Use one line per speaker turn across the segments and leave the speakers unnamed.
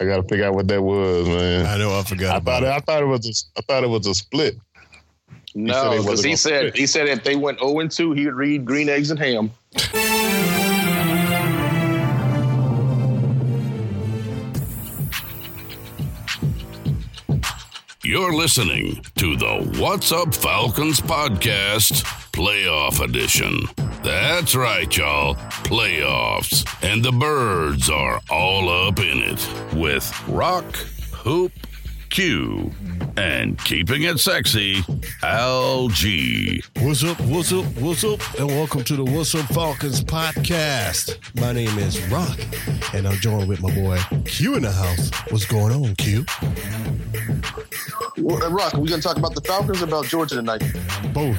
I gotta figure out what that was, man.
I know I forgot.
I thought
about
it,
it.
I thought it was a, I thought it was a split.
No,
He said he wasn't
because he
gonna
said
quit.
he said if they went 0 and 2, he would read Green Eggs and Ham.
You're listening to the What's Up Falcons podcast, Playoff Edition. That's right, y'all. Playoffs. And the birds are all up in it with Rock, Hoop, Q, and keeping it sexy, Al G.
What's up, what's up, what's up, and welcome to the What's Up Falcons podcast. My name is Rock, and I'm joined with my boy Q in the house. What's going on, Q?
Well, uh, Rock, are we gonna talk about the Falcons or about Georgia tonight?
Both.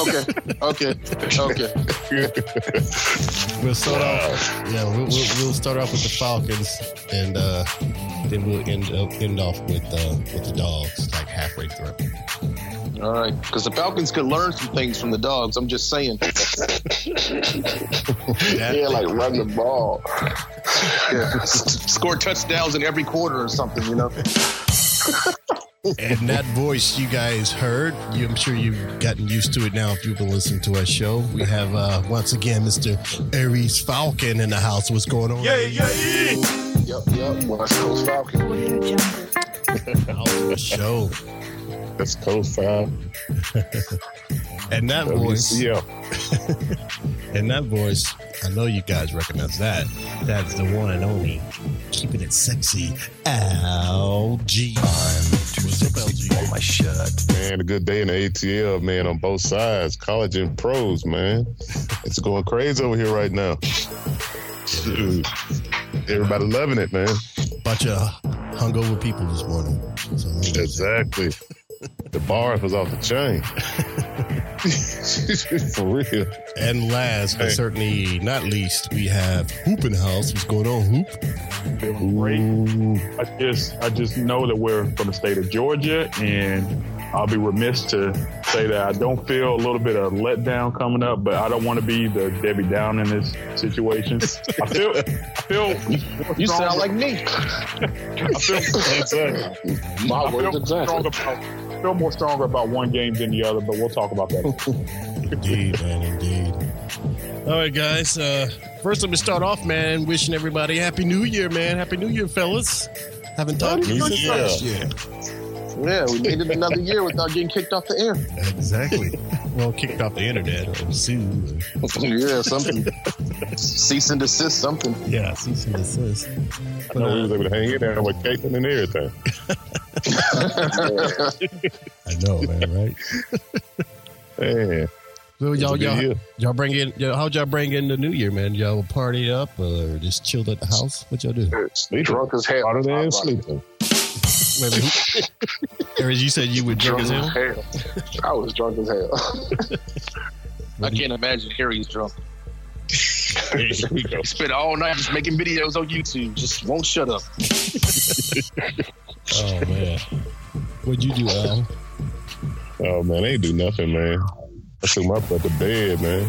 Okay, okay, okay.
We'll start off. Yeah, we'll, we'll, we'll start off with the Falcons, and uh, then we'll end up end off with uh, with the dogs, like halfway through.
All right, because the Falcons could learn some things from the dogs. I'm just saying.
That-
Yeah, like run the ball. yeah, s- score touchdowns in every quarter or something. You know.
And that voice you guys heard, you, I'm sure you've gotten used to it now if you've been listening to our show. We have, uh, once again, Mr. Aries Falcon in the house. What's going on? Yeah, yeah.
Yep, yep. Watch those Falcons.
Show.
That's code five.
And that voice,
Yeah.
and that voice, I know you guys recognize that. That's the one and only, keeping it sexy, LG. What's up, LG?
my shirt.
Man, a good day in the ATL, man, on both sides. College and pros, man. It's going crazy over here right now. Shoot. Everybody loving it, man.
Bunch of hungover people this morning. So,
Exactly. The bar was off the chain. For real.
And last, but
Hey.
certainly not least, we have Hoop in the house. What's going on, Hoop?
feeling great. I just I just know that we're from the state of Georgia, and I'll be remiss to say that I don't feel a little bit of letdown coming up, but I don't want to be the Debbie Down in this situation. I feel I feel
You sound like me.
I feel
Exactly.
My
I feel, more strong about, I feel more stronger about one game than the other, but we'll talk about that.
Indeed, man, indeed. All right, guys. Uh, first, let me start off, man, wishing everybody Happy New Year, man. Happy New Year, fellas. Haven't talked to you
Happy
since
New
last year.
Yeah, we made it another year without getting kicked off the air.
Exactly. well, kicked off the internet or sued. or-
yeah, something. Cease and desist, something.
Yeah, cease and desist.
I know we was able to hang in there with Caitlin and everything.
I know, man, right?
Man,
So
it's a
y'all,
good
y'all,
year.
y'all bring in. Y'all, how'd y'all bring in the New Year, man? Y'all partied up or just chilled at the house? What y'all do?
Sleeping.
Drunk as hell.
Harder
I'm
than
like,
sleeping.
Wait, wait, who- Aries, you said you would drink
Drunk
as
as
hell.
hell. I was drunk as hell. I can't imagine Harry's drunk.
Here we go.
He spent all night just making videos on YouTube. Just won't shut up.
Oh man, what'd you do, Al?
Oh man, they ain't do nothing, man. I took my butt to bed, man.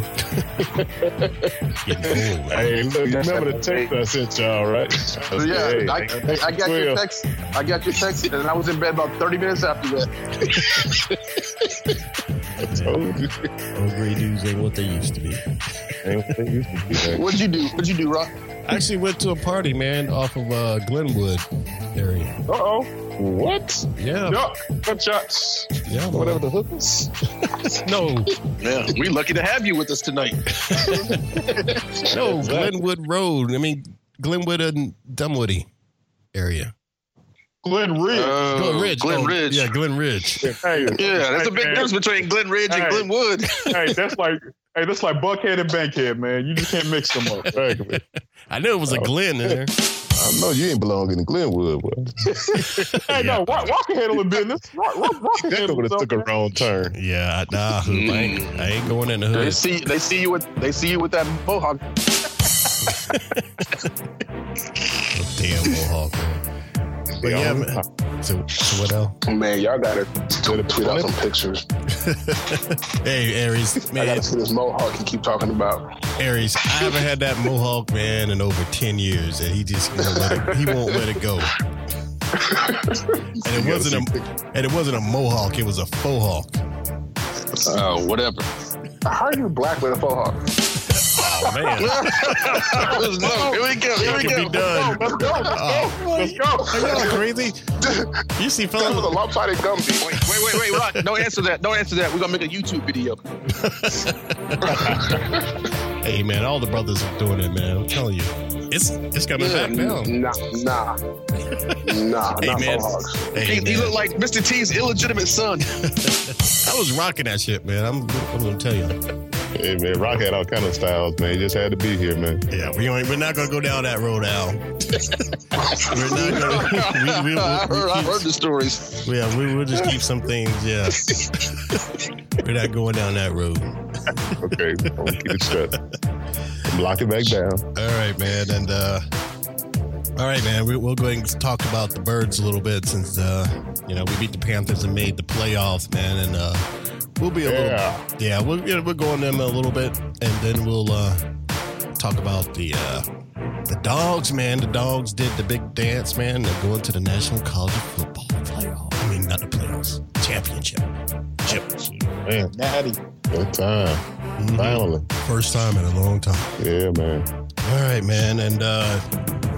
Getting old, man.
Hey, look, you remember the text I sent y'all, right? I said,
yeah,
hey,
I, I, I got your
Well,
text. I got your text, and I was in bed about 30 minutes after that.
told you.
Old gray dudes ain't what they used to be.
Ain't what they used to be, man.
What'd you do? What'd you do, Rock?
I actually went to a party, man, off of uh, Glenwood area.
Uh oh,
What?
Yeah,
duck gunshots.
Yeah, man.
Whatever the hook is.
No,
Yeah, we lucky to have you with us tonight.
no,
Exactly.
Glenwood Road. I mean, Glenwood and Dunwoody area.
Glen Ridge.
Uh,
Glen Ridge.
Glen
oh,
Ridge.
Yeah, Glen Ridge.
hey,
Yeah, there's a big
Hey,
difference between Glen Ridge
Hey.
and Glenwood.
man. Hey, that's like hey, that's like Buckhead and Bankhead, man. You just can't mix them up.
Exactly.
I knew it was a
Oh.
Glen in there.
I know you ain't belonging in Glenwood, boy.
Hey, no, Rock, Rock can handle the business. Rock, Rock, Rock can
That
handle
would have
stuff,
took a
man.
wrong turn.
Yeah, nah, I ain't, I ain't going in the
They
hood.
see they see you with they see you with that mohawk.
Damn Mohawk. Man. But
Yeah,
yeah,
I'm-
man. So, so what else?
Man, y'all gotta tweet, tweet out some pictures.
Hey, Aries,
I
man,
gotta see this mohawk you keep talking about.
Aries. I haven't had that Mohawk man in over ten years, and he just won't let it, he won't let it go. And it wasn't a and it wasn't a Mohawk. It was a faux hawk.
Oh, whatever.
How are you black with a faux hawk?
Oh man.
no, here we go. Here we
It can
go.
be done.
Let's go.
Oh.
Let's go.
Are y'all crazy? You see,
That was a
fellas.
lopsided Gumby.
Wait, wait, wait, wait, Rock. Don't answer that. Don't answer that. We're gonna make a YouTube video.
Hey, man, all the brothers are doing it, man. I'm telling you, it's it's coming
Yeah,
back now.
Nah, nah, nah,
Hey,
not
man.
mohawks.
Hey,
He, he
man,
looked like Mr. T's illegitimate son.
I was rocking that shit, man. I'm, I'm gonna tell you.
Hey, man, Rock had all kind of styles, man. He just had to be here, man.
Yeah, we ain't, we're not gonna go down that road, Al. we're not gonna. We, we,
I
we,
heard, I
we
heard the stories.
keep, yeah, we, we'll just keep some things. Yeah, we're not going down that road.
Okay, I'm gonna keep it shut. Lock it back down.
All right, man, and uh, all right, man. We, we'll go ahead and talk about the birds a little bit since uh, you know we beat the Panthers and made the playoffs, man, and uh, we'll be a little
Yeah.
Yeah, we'll, yeah, we'll go on them a little bit, and then we'll uh, talk about the uh, the dogs, man. The dogs did the big dance, man. They're going to the National College of Football playoff. I mean, not the playoffs, championship. Chip.
Man, Natty. Good time. Finally.
Mm-hmm. First time in a long time.
Yeah, man.
All right, man. And uh,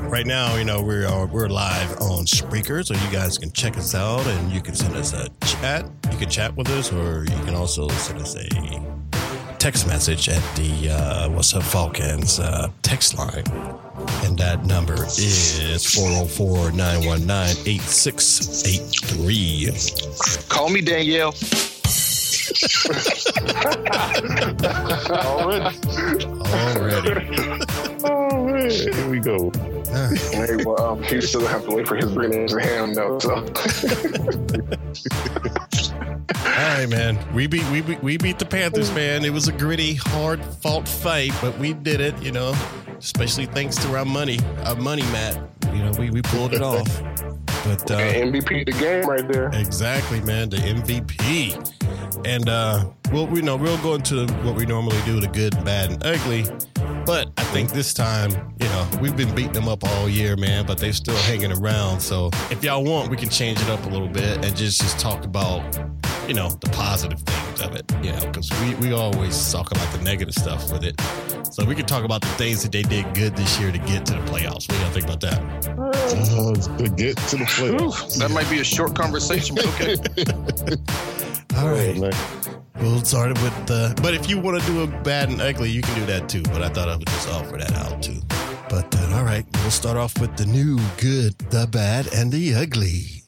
right now, you know, we are we're live on Spreaker, so you guys can check us out, and you can send us a chat. You can chat with us, or you can also send us a text message at the uh, What's Up Falcons uh, text line. And that number is 404 919 8683.
Call me Danielle.
Already.
Already.
Oh, man. Here we go.
Hey, well, um, he still have to wait for his greetings to him, though. So
All right, man. We beat, we beat we beat the Panthers, man. It was a gritty, hard fought fight, but we did it, you know. Especially thanks to our money, our money, Matt. You know, we, we pulled it off. But uh,
MVP the game right there.
Exactly, man. The MVP. And uh well we know we'll go into what we normally do, the good, bad, and ugly. But I think this time, you know, we've been beating them up all year, man, but they're still hanging around. So if y'all want, we can change it up a little bit and just just talk about, you know, the positive things of it. You know, because we, we always talk about the negative stuff with it. So we can talk about the things that they did good this year to get to the playoffs. What do y'all think about that?
Oh, it's good to get to the playoffs.
That might be a short conversation, but okay.
All
Oh, Man.
We'll start it with the. But if you want to do a bad and ugly, you can do that too. But I thought I would just offer that out too. But then, all right, we'll start off with the new good, the bad, and the ugly.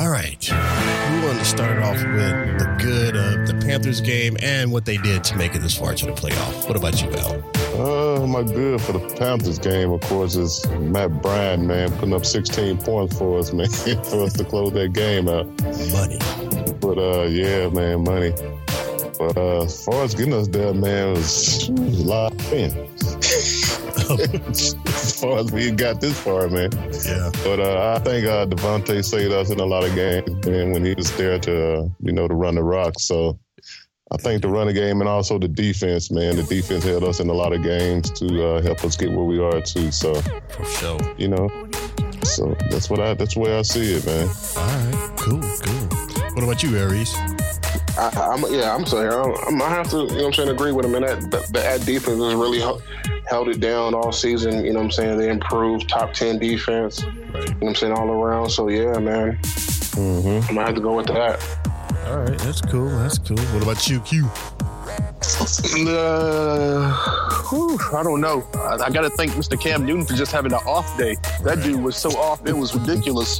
All right, we wanted to start off with the good of the Panthers game and what they did to make it this far to the playoff. What about you, Val?
Oh, my good for the Panthers game, of course, is Matt Bryan, man, putting up 16 points for us, man, for us to close that game out.
Money.
But uh, yeah, man, money. But uh, as far as getting us there, man, it was a lot of fun. as far as we got this far, man.
Yeah.
But uh, I think uh, Devontae saved us in a lot of games, man, when he was there to, uh, you know, to run the rock. So I think the running game and also the defense, man, the defense held us in a lot of games to uh, help us get where we are too. So
For sure.
you know, so that's what I that's where I see it, man.
All right, cool, cool. What about you, Aries?
I, I'm, yeah, I'm sorry. I'm, I'm, I have to, you know what I'm saying, agree with him. And that, that, that defense is really, hel- held it down all season. You know what I'm saying? They improved top 10 defense. You know what I'm saying? All around. So, yeah, man.
Mm-hmm.
I'm going to have to go with that.
All right, that's cool. That's cool. What about you, Q?
Uh, whew, I don't know. I, I got to thank Mr. Cam Newton for just having an off day. That dude was so off; it was ridiculous.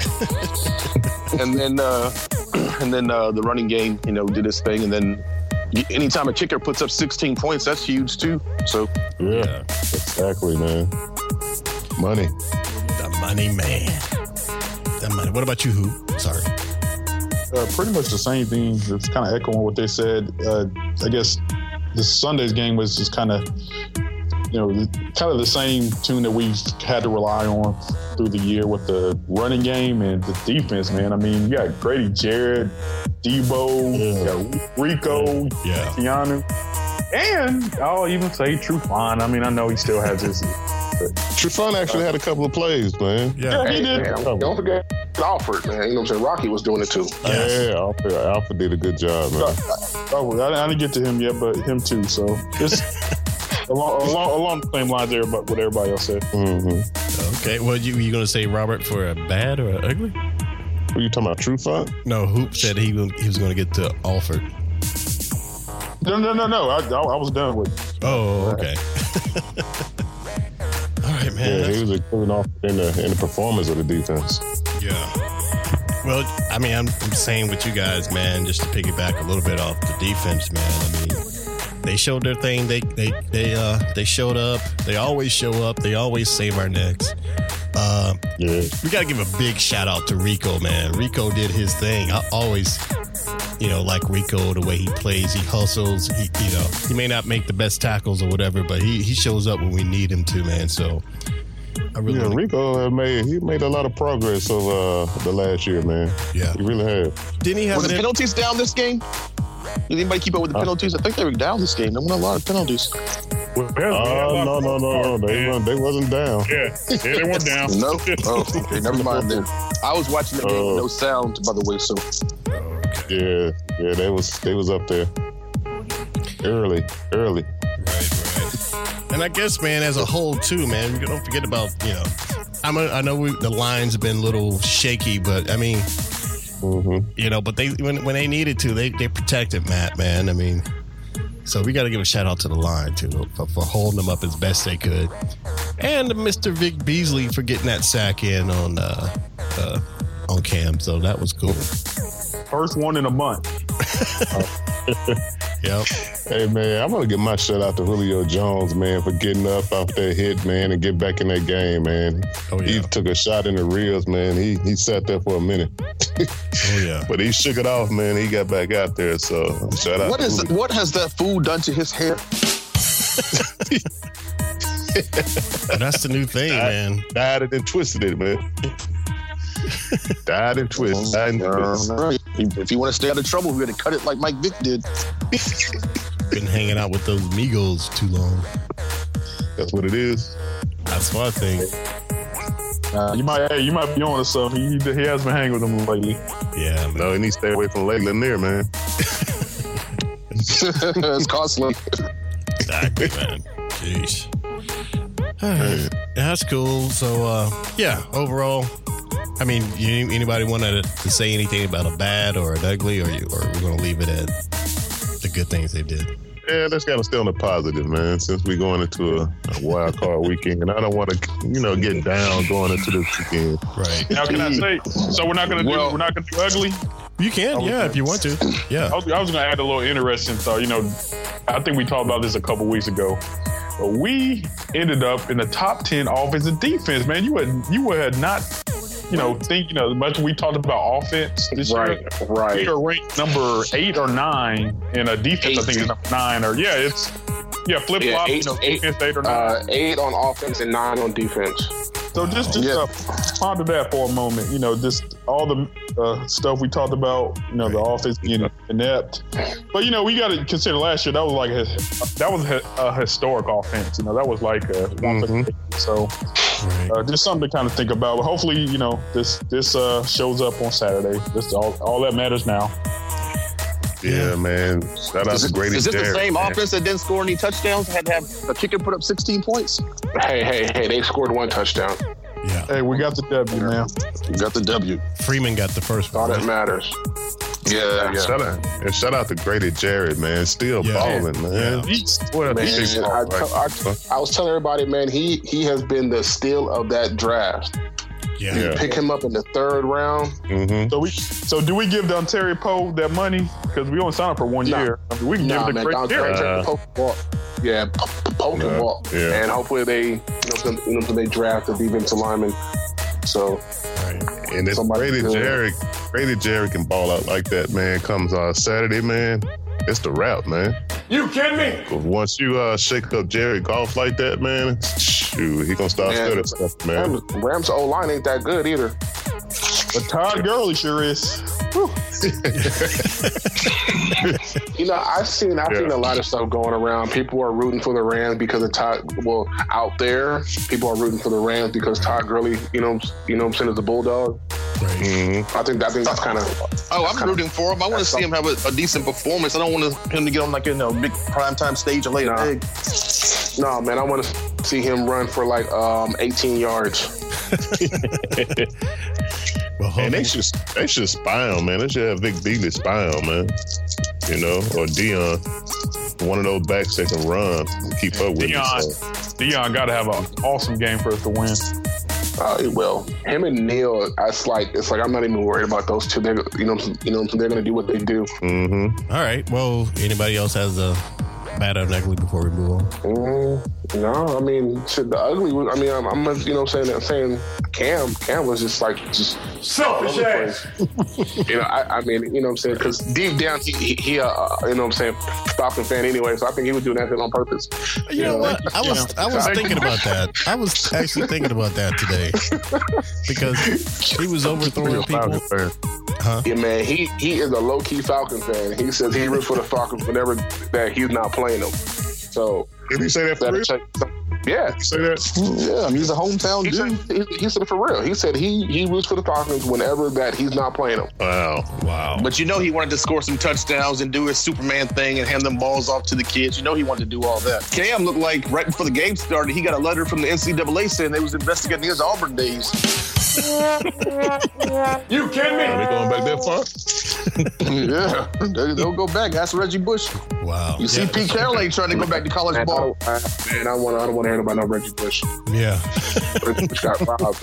and then, uh, and then uh, the running game, you know, did its thing. And then, y- anytime a kicker puts up 16 points, that's huge too. So,
Yeah, exactly, man. Money.
The money man. The money. What about you, who? Sorry.
Uh, pretty much the same thing. It's kind of echoing what they said. Uh, I guess this Sunday's game was just kind of, you know, kind of the same tune that we've had to rely on through the year with the running game and the defense, man. I mean, you got Grady Jarrett, Debo, you got Rico,
Yeah.
Keanu, and I'll even say Trufant. I mean, I know he still has his.
Trufant actually had a couple of plays, man.
Yeah.
he
Hey,
did.
man, don't forget Alford, man. You know what I'm saying? Rocky was doing it too.
Yes.
Yeah, Alpha, Alpha did a good job, man.
Oh, I, I didn't get to him yet, but him too. So it's along, along, along the same lines there, but what everybody else said.
Mm-hmm.
Okay. Well, you you gonna say Robert for a bad or a ugly?
Were you talking about Trufant?
No, Hoop said he will- he was gonna get to Alford.
No, no, no, no. I, I, I was done with. it.
Oh, okay. All right, man.
Yeah,
That's-
he was a good off in the in the performance of the defense.
Yeah. Well, I mean, I'm, I'm saying with you guys, man, just to piggyback a little bit off the defense, man. I mean, they showed their thing. They they they uh they showed up. They always show up. They always save our necks. Uh,
Yeah,
we gotta give a big shout out to Rico, man. Rico did his thing. I always, you know, like Rico the way he plays. He hustles. He you know he may not make the best tackles or whatever, but he he shows up when we need him to, man. So I really
yeah.
wanna-
Rico had made he made a lot of progress over uh, the last year, man.
yeah.
He really had.
Didn't he have
was the
an-
penalties down this game? Did anybody keep up with the penalties? I think they were down this game. They won a lot of penalties.
Oh no no no no! They weren't, they wasn't down.
Yeah, yeah, they went down.
No. Oh, okay. Never mind then. I was watching the game with no sound, by the way. So,
Yeah yeah, they was they was up there early early.
Right, right. And I guess, man, as a whole, too, man, we don't forget about you know. I'm a, I know we, the lines have been a little shaky, but I mean,
hmm
you know, but they when, when they needed to, they they protected Matt, man. I mean, so we got to give a shout out to the line too for, for holding them up as best they could, and Mr. Vic Beasley for getting that sack in on uh, uh on Cam. So that was cool.
First one in a month.
Yep.
Hey man, I want to give my shout out to Julio Jones, man, for getting up off that hit, man, and get back in that game, man.
Oh
He
yeah.
took a shot in the ribs, man. He he sat there for a minute,
Oh yeah.
but he shook it off, man. He got back out there. So shout out.
what
to
is
Julio.
what has that fool done to his hair?
And that's the new thing, man.
Died and then twisted it, man. Died and
Oh,
twisted. Died and twisted.
Alright. If you want to stay out of trouble, we're gonna cut it like Mike Vick did.
Been hanging out with those Migos too long.
That's what it is.
That's my thing.
Uh, You might, hey, you might be on to something. He, he has been hanging with them lately.
Yeah, man.
No, and he stay away from Lakeland there, man.
it's costly.
Exactly, man. Jeez. All right. That's cool. So, uh, yeah, overall, I mean, you, anybody want to, to say anything about a bad or an ugly, or, you, or we're going to leave it at the good things they did?
Yeah, that's gotta stay on the positive, man. Since we going into a, a wild card weekend, and I don't want to, you know, get down going into this weekend.
Right.
Now, can I say? So we're not gonna do. We're not gonna do ugly.
You can, yeah, if you want to. Yeah.
I was, I was going to add a little interesting thought. You know, I think we talked about this a couple weeks ago. But we ended up in the top ten offense and defense. Man, you would you would not, you know, think you know as much. as We talked about offense this
Right,
year.
right.
We are ranked number eight or nine in a defense. I think it's number nine or yeah, it's yeah flip
Yeah,
flop.
eight-
you know,
eight,
defense eight or nine.
Uh, eight on offense and nine on defense.
So just just
Yeah.
uh, ponder that for a moment. You know, just all the uh, stuff we talked about. You know, the offense being inept, but you know we got to consider last year that was like a, that was a, a historic offense. You know, that was like a
Mhm.
so
Right.
uh, just something to kind of think about. But hopefully, you know, this this uh, shows up on Saturday. This all all that matters now.
Yeah, man. Shout out
Is
to
it-
Grady
is this the
Jarrett,
same
man.
offense that didn't score any touchdowns? Had to have a kicker put up 16 points.
Hey, hey, hey, they scored one touchdown.
Yeah.
Hey, we got the W, man.
You got the W.
Freeman got the first
All
one.
that matters.
Yeah, yeah.
Shout out, and shout out to Grady Jarrett, man. Still
Yeah.
balling, man. What a
Man,
big
I,
ball,
tell- I, I was telling everybody, man, he he has been the steal of that draft.
Yeah.
Yeah.
Pick him up in the third round.
Mm-hmm.
So we, so do we give Don Terry Poe that money because we only signed up for one
Nah.
year? I mean, we can
Nah,
give it to
man,
Grady
Don
Jarrett.
Terry,
Jarrett.
poke the ball. Yeah, p- p- poke the
Yeah,
ball.
yeah.
And hopefully they, you know, some- you know, they draft a defensive lineman. So
And if
Somebody
Grady
good.
Jarrett, Grady Jarrett can ball out like that, man. Comes on Saturday, man. It's the wrap, man.
You kidding me?
'Cause once you uh, shake up Jared Goff like that, man, shoot, he gonna start
Yeah.
stuttering stuff, man.
Rams, Rams O line ain't that good either.
But Todd Gurley sure is.
You know, I've seen I've
Yeah.
seen a lot of stuff going around. People are rooting for the Rams because of Todd. Well, out there, people are rooting for the Rams because Todd Gurley. You know, you know, what I'm saying is a bulldog.
Mm-hmm.
I think I think that's kind of
Oh, I'm rooting for him. I want to
That's
see him have a, a decent performance. I don't want him to get on like you know big primetime stage and lay an
Nah.
egg.
no man. I want to see him run for like um 18 yards.
Well,
And
Hogan,
they should they should spy him, man. They should have Vic Beasley spy him, man. You know, or Dion, one of those backs that can run, and keep up with
Deion.
him. So.
Dion got to have an awesome game for us to win.
Uh, well, him and Neil, it's like it's like I'm not even worried about those two. They're you know you know they're gonna do what they do.
Mm-hmm.
all right. Well, anybody else has a bat of ugly before we move on?
Mm, no, I mean shit, the ugly. was- I mean I'm, I'm you know what I'm saying I'm saying Cam Cam was just like just
Selfish ass.
you know, I, I mean, you know what I'm saying? Because deep down, he, he, he uh, you know what I'm saying, Falcon fan anyway, so I think he was doing that shit on purpose.
You know what? I was I was thinking about that. I was actually thinking about that today because he was overthrowing people.
Yeah, man, he, he is a low key Falcon fan. He says he roots for the Falcons whenever that he's not playing them. So
Did he say that for
that'll
real?
check. Yeah.
You say that?
Yeah, I mean, he's a hometown
He said,
dude.
he, he said it for real. He said he, he roots for the Falcons whenever that he's not playing them.
Wow.
Wow.
But you know he wanted to score some touchdowns and do his Superman thing and hand them balls off to the kids. You know he wanted to do all that. Cam looked like right before the game started, he got a letter from the NCAA saying they was investigating his Auburn days.
You kidding
Are they
me?
going back that far?
yeah, they, will go back. Ask Reggie Bush.
Wow.
You see,
yeah.
Pete Carroll ain't trying to go back to college
Man, I
ball.
don't, I, man, I want I don't want to hear about no Reggie Bush.
Yeah.
Reggie Bush got robbed.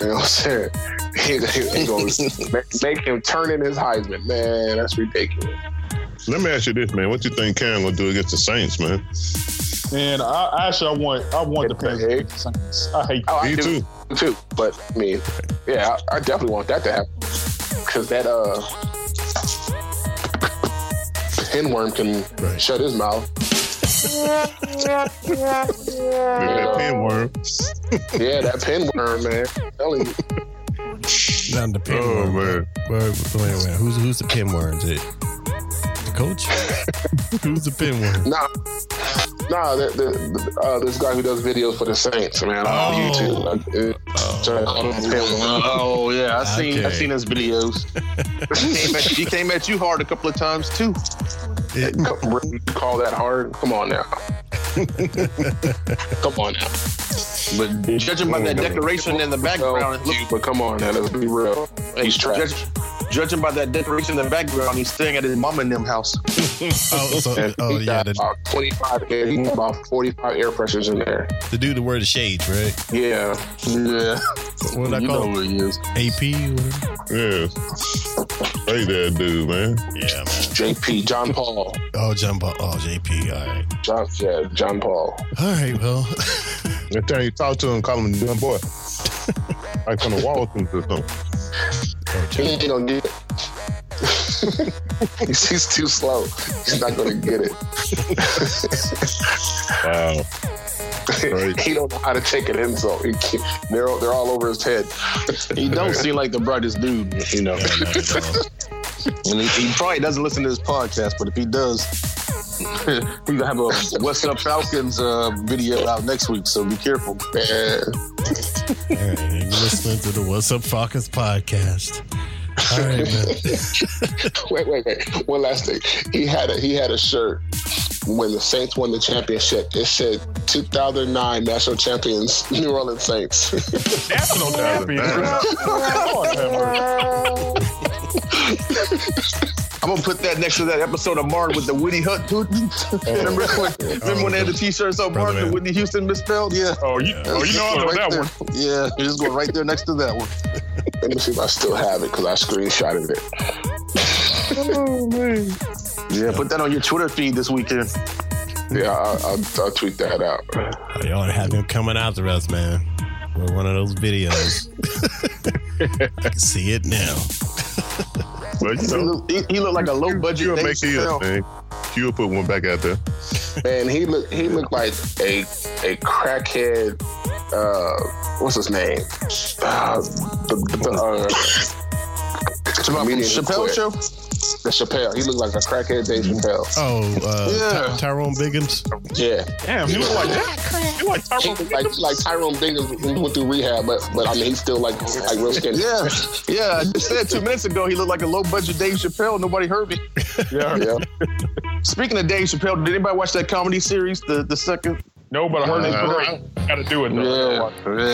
You know what I'm saying? He, he, he goes, make, make him turn in his Heisman. Man, that's ridiculous.
Let me ask you this, man. What you think Cam gonna do against the Saints, man?
And I actually, I want, I want the
Hit
Panthers.
the egg.
to beat the Saints. I hate.
Oh, I
Me
do
too.
too. But I mean, yeah, I, I definitely want that to happen because that uh, pinworm can
Right.
shut his mouth.
That pinworm.
Yeah, that pinworm, man. I'm telling you.
Not the pin
Oh
worm.
man.
Wait, wait, wait. Who's who's the pin worm? Is it the coach? who's the pin worm?
Nah, nah. The, the, the, uh, this guy who does videos for the Saints, man, on
Oh.
YouTube. Like, uh, so I call him pinworm.
Oh yeah, I seen I
Okay.
seen his videos. he, came at, he came at you hard a couple of times too.
It-
Come- really Call that hard? Come on now. Come on now.
But judging by that decoration in the background, it looked,
But come on now. Let's be real. He's trash.
judge, judging by that decoration in the background, he's staying at his mom and them house.
oh, so, oh yeah,
he got
the,
about 25 air, he got about 45 air pressures in there.
the dude that wear the shades, right?
Yeah. Yeah.
What did I
you know
call him?
who he is.
AP? or whatever?
Yeah. Hey that dude, man.
Yeah, man.
JP, John Paul.
Oh, John Paul. Oh, JP. All right.
John, yeah, John Paul.
All right. Well,
Next time you talk to him, call him a young boy. like from the Waltons or something.
He ain't gonna get it. he's, he's too slow. He's not gonna get it.
Wow. Right.
he don't know how to take an insult. He can't, they're, all- they're all over his head.
He don't seem like the brightest dude, you know.
yeah, not at all.
And he, he probably doesn't listen to this podcast, but if he does, he's gonna have a Western Up Falcons uh, video out next week. So be careful.
All
Man,
right, you're listening to the What's Up Falcons podcast. All right, man.
wait, wait, wait. One last thing. He had a he had a shirt when the Saints won the championship. It said 2009 national champions, New Orleans Saints.
National champions.
I'm gonna put that next to that episode of Martin with the Woody Hut dude. remember when, remember when they had the T-shirts on
Brother
Martin and
man.
Whitney Houston misspelled? Yeah.
Oh, you, oh, you know I know
Right
that
there.
one.
Yeah, you just go right there next to that one.
Let me see if I still have it because I screenshotted it.
Yeah, put that on your Twitter feed this weekend.
Yeah, I, I'll, I'll tweet that out.
Oh, Y'all have him coming after us, man. With one of those videos. I can see it now.
But you
He
know,
looked, he, he looked like a low budget.
you'll make it a thing. You'll put one back out there.
Man, he look he looked like a a crackhead. Uh, what's his name? Uh, the, the, the, uh, comedian who
Chappelle
quit.
show.
The Chappelle. He looked like a crackhead Dave Chappelle.
Oh, uh, Ty-
Yeah.
Tyrone Biggins.
Yeah,
Damn, you look like that. You like
he,
Tyrone.
like like Tyrone Biggins went through rehab, but but I mean he's still like like real skinny.
Yeah, yeah. I just said two minutes ago he looked like a low budget Dave Chappelle. Nobody heard me.
Yeah.
yeah.
Speaking of Dave Chappelle, did anybody watch that comedy series? The the second.
No, but I heard
Uh,
it's great. Got to do it though.
Yeah.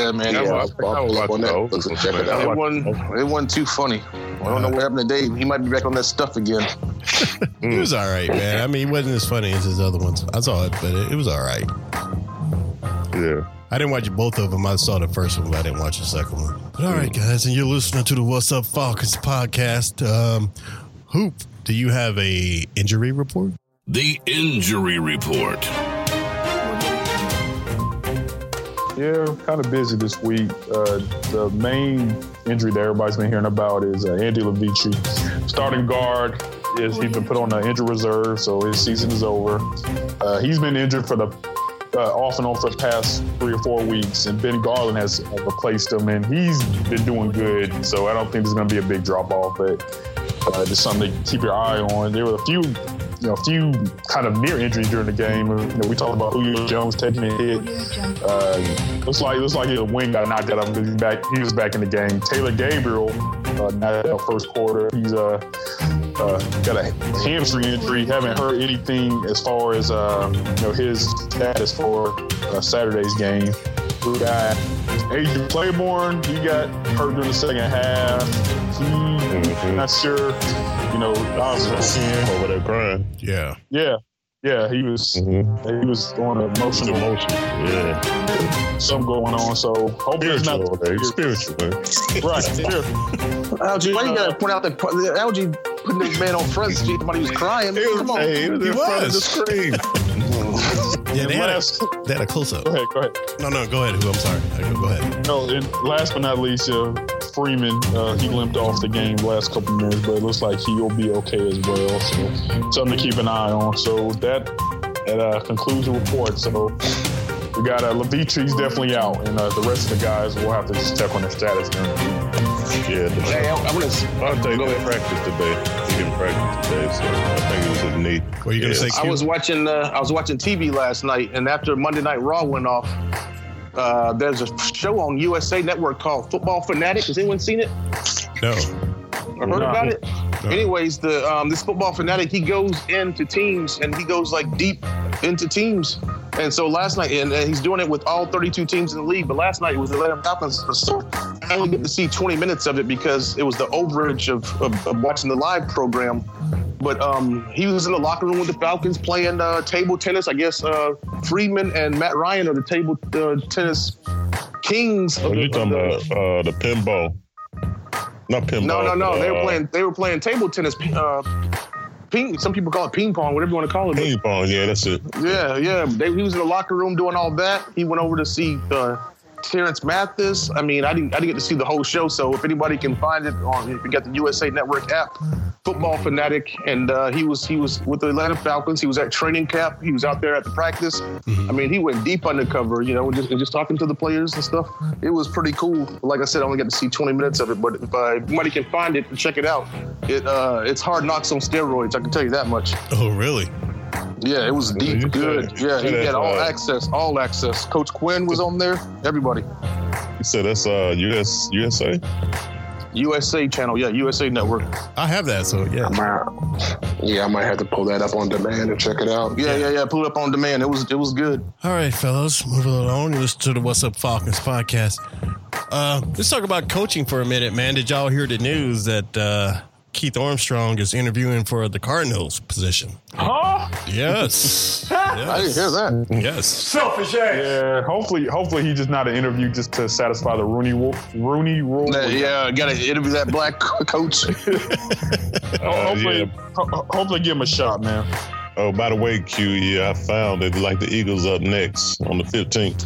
Yeah, man.
Yeah,
It,
I'll
was,
pull up on Netflix and check it out.
it wasn't. It wasn't too funny. I don't know what happened to Dave. He might be back on that stuff again.
He was all right, man. I mean, he wasn't as funny as his other ones. I saw it, but it, it was all right.
Yeah.
I didn't watch both of them. I saw the first one, but I didn't watch the second one. But all right, guys, and you're listening to the What's Up Falcons podcast. Um, Hoop, do you have a injury report?
The injury report.
Yeah, kind of busy this week. Uh, the main injury that everybody's been hearing about is uh, Andy Levici, starting guard. Is he's been put on the injury reserve, so his season is over. Uh, he's been injured for the uh, off and on for the past three or four weeks, and Ben Garland has uh, replaced him, and he's been doing good. So I don't think there's going to be a big drop off, but uh, just something to keep your eye on. There were a few, you know, a few kind of near injuries during the game. You know, we talked about Julio Jones taking a hit. Uh, looks like looks like his wing got knocked out of him because he back he was back in the game. Taylor Gabriel, uh, not out first quarter. He's uh, uh, got a hamstring injury. Haven't heard anything as far as uh, you know his status for uh, Saturday's game. We got Adrian Claiborne. He got hurt during the second half. He not sure. You know, obviously,
Over there crying.
Yeah.
yeah, yeah, he was
Mm-hmm.
he was on an emotional
Emotion. Yeah.
something going on. So hopefully it's not
Spiritual. over there. He's Spiritual, man.
right. spiritual.
Algie, why you gotta point out that Algie putting this man on front street? Somebody was crying. Come on.
Hey, he was in
He
front of
was.
the screen.
Yeah, they
And
had,
last,
a, they had a close up.
go ahead, go ahead.
No, no, go ahead, Hoop. I'm sorry. Go ahead.
No, and last but not least, uh, Freeman uh, he limped off the game last couple minutes, but it looks like he'll be okay as well. So something to keep an eye on. So that that uh, concludes the report. So we got uh, Levitri's definitely out, and uh, the rest of the guys will have to just check on their status. During
Yeah. The,
Hey, I, I wanna,
Vontae didn't practice today. He didn't practice today, so I think it was his knee.
Were you going to
Yeah.
say?
I
Q?
was watching. Uh, I was watching TV last night, and after Monday Night Raw went off, uh, there's a show on USA Network called Football Fanatic. Has anyone seen it?
no.
or heard
No.
about it. Anyways, the um, this football fanatic he goes into teams and he goes like deep into teams. And so last night, and, and he's doing it with all 32 teams in the league. But last night it was the Atlanta Falcons. So I only get to see 20 minutes of it because it was the overage of, of, of watching the live program. But um, he was in the locker room with the Falcons playing uh, table tennis. I guess uh, Freeman and Matt Ryan are the table uh, tennis kings. of
What
the-
you talking
of Oh,
about? Uh,
the-
the pinball. Not pinball.
no, no, no.
but,
They were
uh,
playing. They were playing table tennis. Uh, ping. Some people call it ping pong, whatever you want to call it.
Ping pong, yeah, that's it.
But yeah, yeah. They, he was in the locker room doing all that. He went over to see uh, Terrence Mathis. I mean, I didn't. I didn't get to see the whole show. So if anybody can find it on, if you got the USA Network app, football fanatic, and uh, he was he was with the Atlanta Falcons. He was at training camp. He was out there at the practice. I mean, he went deep undercover. You know, and just and just talking to the players and stuff. It was pretty cool. Like I said, I only got to see 20 minutes of it, but if uh, anybody can find it and check it out, it uh, it's hard knocks on steroids. I can tell you that much.
Oh, really?
Yeah, it was
you
deep, good.
said it.
Yeah,
You
he
said
had all
that.
access, all access. Coach Quinn was on there. Everybody.
You said that's uh US USA?
USA channel. Yeah, USA Network.
I have that, so yeah.
might- yeah, I might have to pull that up on demand and check it out.
Yeah, yeah, yeah. Pull it up on demand. It was it was good.
All right, fellas, moving on. You listen to the What's Up Falcons podcast. Uh, let's talk about coaching for a minute, man. Did y'all hear the news that uh, Keith Armstrong is interviewing for the Cardinals position?
Huh?
Yes.
I didn't hear that.
Mm-hmm. yes.
Selfish ass.
Yeah, hopefully, hopefully he just not an interview just to satisfy the Rooney Wo- Rooney rule.
That- yeah, got to interview that black co- coach.
Ho- hopefully, ho- ho- hopefully give him a shot, man.
Oh, by the way, Q, yeah, I found it. Like the Eagles up next on the 15th.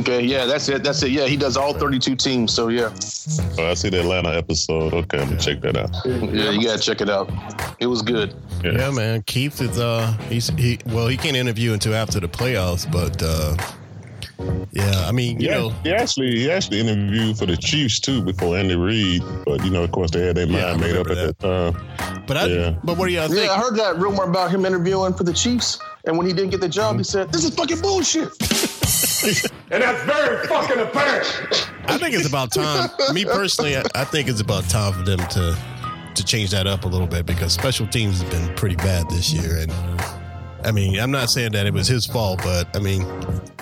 Okay, yeah, that's it. That's it. Yeah, he does all 32 teams. So yeah,
Oh, I see the Atlanta episode. Okay, I'm gonna check that out.
yeah, you gotta check it out. It was good.
Yeah, man. Keith is uh, he's he. Well, he can't interview until after the playoffs, but uh, yeah, I mean, you
Yeah,
know,
he actually he actually interviewed for the Chiefs too before Andy Reid, but you know, of course, they had their mind
Yeah, I
made up at
remember
that time.
but I.
Yeah.
But what do y'all think?
Yeah, I heard that rumor about him interviewing for the Chiefs, and when he didn't get the job, he said, "This is fucking bullshit."
And that's very fucking apparent.
I think it's about time. Me personally, I, I think it's about time for them to to change that up a little bit because special teams has been pretty bad this year. And I mean, I'm not saying that it was his fault, but I mean,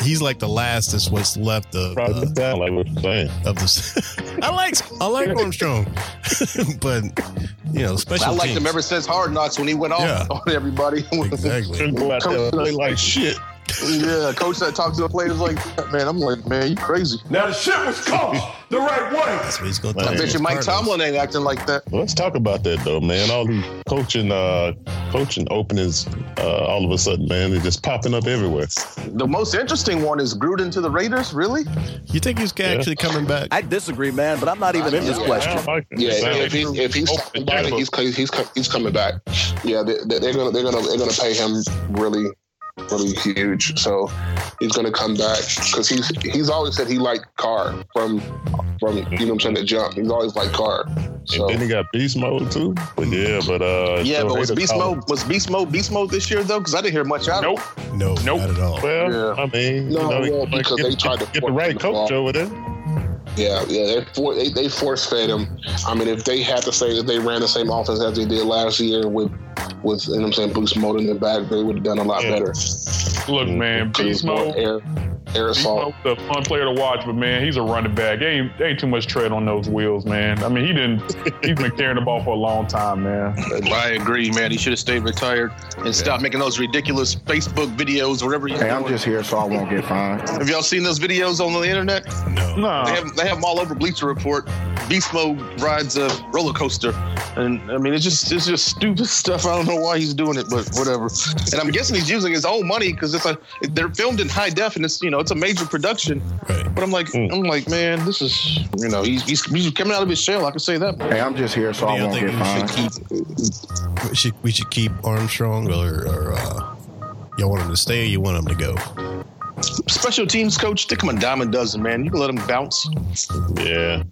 he's like the last that's what's left of
Probably
uh,
sound like what you're saying.
of this. I like I like Armstrong, but you know, special
I liked
teams.
him ever since Hard Knocks when he went off
Yeah.
on everybody.
exactly.
Couldn't go out there and play like shit.
yeah, coach that talked to the players like, man, I'm like, man, you crazy.
Now the shit was coached the right way.
That's what he's going to
I
I bet you Mike Tomlin ain't acting like that.
Let's talk about that though, man. All these coaching, uh, coaching openings, uh, all of a sudden, man, they're just popping up everywhere.
The most interesting one is Gruden to the Raiders. Really?
You think he's actually coming back?
I disagree, man, but I'm not even in this question.
Yeah, if, he's, if he's talking about it, he's co- he's co- he's coming back. Yeah, they, they- they're gonna they're gonna they're gonna pay him really really huge. So he's gonna come back because he's he's always said he liked Carr from from you know what I'm saying the jump. He's always liked Carr. So
And then he got beast mode too. But yeah, but uh,
Yeah,
Joe
but was
Hader
Beast
called-
Mode was Beast Mode Beast Mode this year though? Because I didn't hear much out
Nope.
of
no,
Nope.
not at all.
Well,
Yeah.
I mean,
No,
you know,
well,
like,
because
get,
they tried to
get the
force
right
him
coach
involved.
over there.
yeah, yeah, they for, they, they force fed him. I mean, if they had to say that they ran the same offense as they did last year with with you know what I'm saying Bruce Motor in the back, they would have done a lot
Yeah.
better.
Look, man,
Because it's
Beast
more
Mode.
air air
Beast
assault.
Mode's a fun player to watch, but man, he's a running back. Ain't ain't too much tread on those wheels, man. I mean, he didn't. He's been carrying the ball for a long time, man.
him. I agree, man. He should have stayed retired and stopped making those ridiculous Facebook videos, whatever you.
Hey, I'm just here so I won't get fined.
Have y'all seen those videos on the internet?
No.
They
Nah,
have, they have them all over Bleacher Report. Beast Mode rides a roller coaster, and I mean it's just it's just stupid stuff. I don't know why he's doing it, but whatever. And I'm guessing he's using his own money because it's a they're filmed in high def, and it's you know it's a major production.
Right.
But I'm like I'm like man, this is you know he's, he's he's coming out of his shell. I can say that.
Hey, I'm just here so
Do
I
you
won't
think
get
we should
fined.
keep we should, we should keep Armstrong or, or uh, y'all want him to stay or you want him to go?
Special teams coach, stick him a dime a dozen, man. You can let him bounce.
Yeah,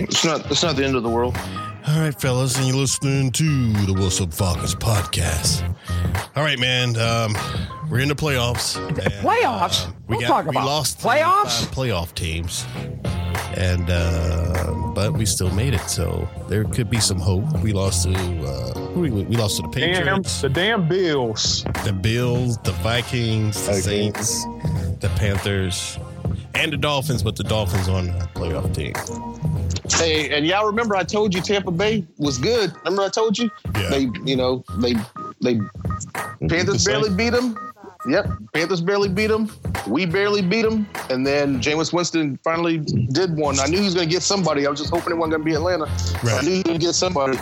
It's not it's not the end of the world.
All right, fellas, and you're listening to the What's Up Falcons podcast. All right, man, um, we're in the playoffs. and,
Playoffs?
um, we
What
got
talk
we
about?
lost to
Playoffs?
five playoff teams, and uh, but we still made it, so there could be some hope. We lost to uh, who we, we lost to the
damn,
Patriots,
the damn Bills.
the Bills, the Vikings, the Saints, the Panthers, and the Dolphins, but the Dolphins on a playoff team.
Hey, and y'all remember I told you Tampa Bay was good. Remember I told you
Yeah. Mm-hmm.
they, you know, they they Panthers barely beat them. Yep, Panthers barely beat them. We barely beat them, and then Jameis Winston finally did one. I knew he was going to get somebody. I was just hoping it wasn't going to be Atlanta. I
Right.
knew he would get somebody.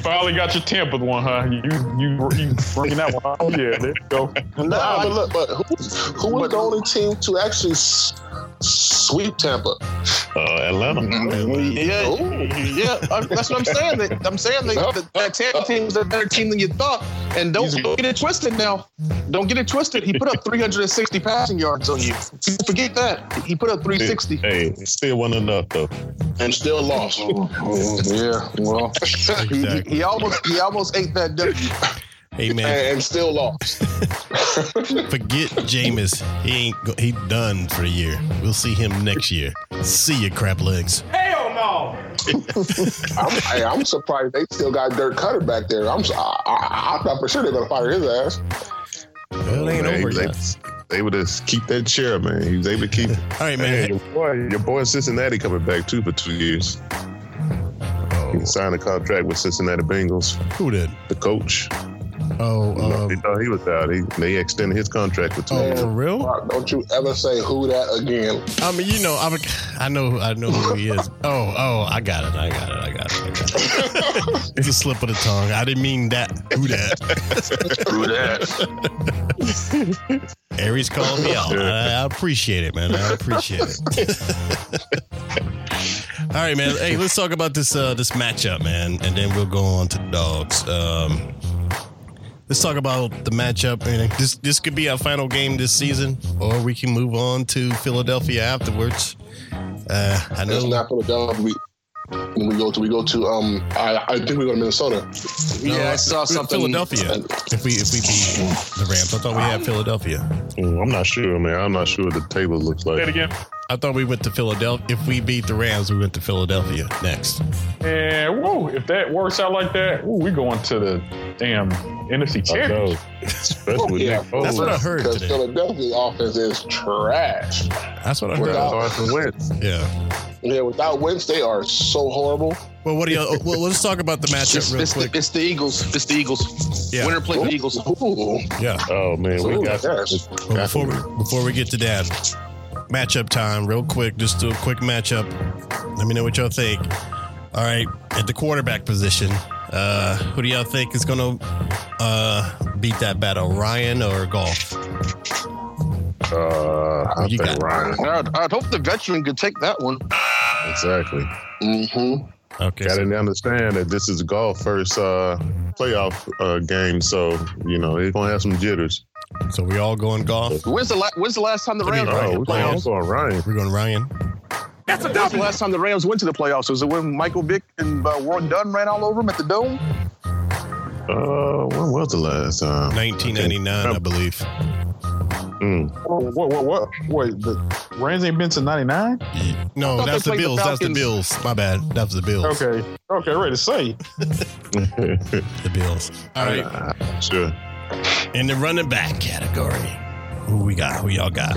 Finally got your tempered one, huh? You you you bringing that one? Oh, yeah, there you go.
No, but look, but who, who was the only team to actually s- sweep Tampa?
uh,
Mm-hmm.
Atlanta.
Yeah, yeah, I- that's what I'm saying. They- I'm saying they, that, that Tampa team is a better team than you thought. And don't, don't get it twisted now. Don't get it twisted. He put up 360 passing yards on you. Forget that. He put up 360.
Hey, still one enough though.
And still lost.
yeah, well, he, he- he almost he almost ate that W.
Hey, man.
and still lost.
Forget Jameis. He ain't. Go- he done for the year. We'll see him next year. See you, crap legs.
Hell no.
I'm, hey, I'm surprised they still got Dirk Cutter back there. I'm, s- I, I, I thought for sure they're gonna fire his ass.
Well, it ain't
Man,
over
they,
yet.
they would just keep that chair, man. He was able to keep.
All right, man.
your boy, your boy in Cincinnati coming back too for two years.
Oh.
He signed a contract with Cincinnati Bengals.
Who did?
The coach,
Oh,
they
um,
thought he was out. He, they extended his contract for two.
oh,
years.
for real?
Mark, Don't you ever say who that again?
I mean, you know, I'm, a- I know, I know who he is. Oh, oh, I got it, I got it, I got it. I got it. it's a slip of the tongue. I didn't mean that. Who that?
Screw that.
Aries called me out. I, I appreciate it, man. I appreciate it. Uh, All right, man. Hey, let's talk about this uh, this matchup, man, and then we'll go on to the dogs. Um, let's talk about the matchup. And this this could be our final game this season, or we can move on to Philadelphia afterwards. Uh, I
It's
know.
not Philadelphia. We, when we go to we go to um I, I think we go to Minnesota.
Yeah, I saw something.
Philadelphia. If we if we beat the Rams, I thought we had Philadelphia.
Mm, I'm not sure, man. I'm not sure what the table looks
Say it
like.
again.
I thought we went to Philadelphia. If we beat the Rams, we went to Philadelphia next.
And whoa, if that works out like that, ooh, we going to the damn NFC
I know,
Championship.
especially with
Yeah.
Nick Foles.
That's what I heard
Because
today.
Philadelphia offense is trash.
That's what I heard.
Without-
uh, Carson Wentz.
Yeah.
Yeah, without Wentz, they are so horrible.
Well, what do you? Well, let's talk about the matchup
It's,
real
it's the,
quick.
it's the Eagles. It's the Eagles.
Yeah.
Winner play the Eagles.
Ooh.
Yeah.
Oh man, we
Ooh,
got
yes.
Well, before we before we get to that matchup time, real quick, just do a quick matchup. Let me know what y'all think. All right, at the quarterback position, uh, who do y'all think is going to uh, beat that battle, Ryan or Golf?
Uh, I
You
think
got-
Ryan.
I'd, I'd hope the veteran could take that one.
Exactly.
Mm-hmm.
Okay,
Got to understand that this is golf first uh, playoff uh, game, so you know it's gonna have some jitters.
so, so we all going Golf.
When's the la- When's the last time the
I mean,
Rams?
Ryan,
Oh,
you're
we're going
playing.
also on Ryan.
We're going Ryan.
That's a
When's the
W.
last time the Rams went to the playoffs? Was it when Michael Vick and uh, Warren Dunn ran all over him at the Dome?
Uh, when was the last time?
1999, I believe.
Mm.
What, what, what? Wait, the Rams ain't been to 99?
No,
thought
that's
they
the
played the
Bills. that's the
Falcons.
Bills. My bad. That's the Bills.
Okay. Okay, ready to say.
The Bills. All right.
Mm. Ah, sure.
In the running back category, who we got? Who y'all got?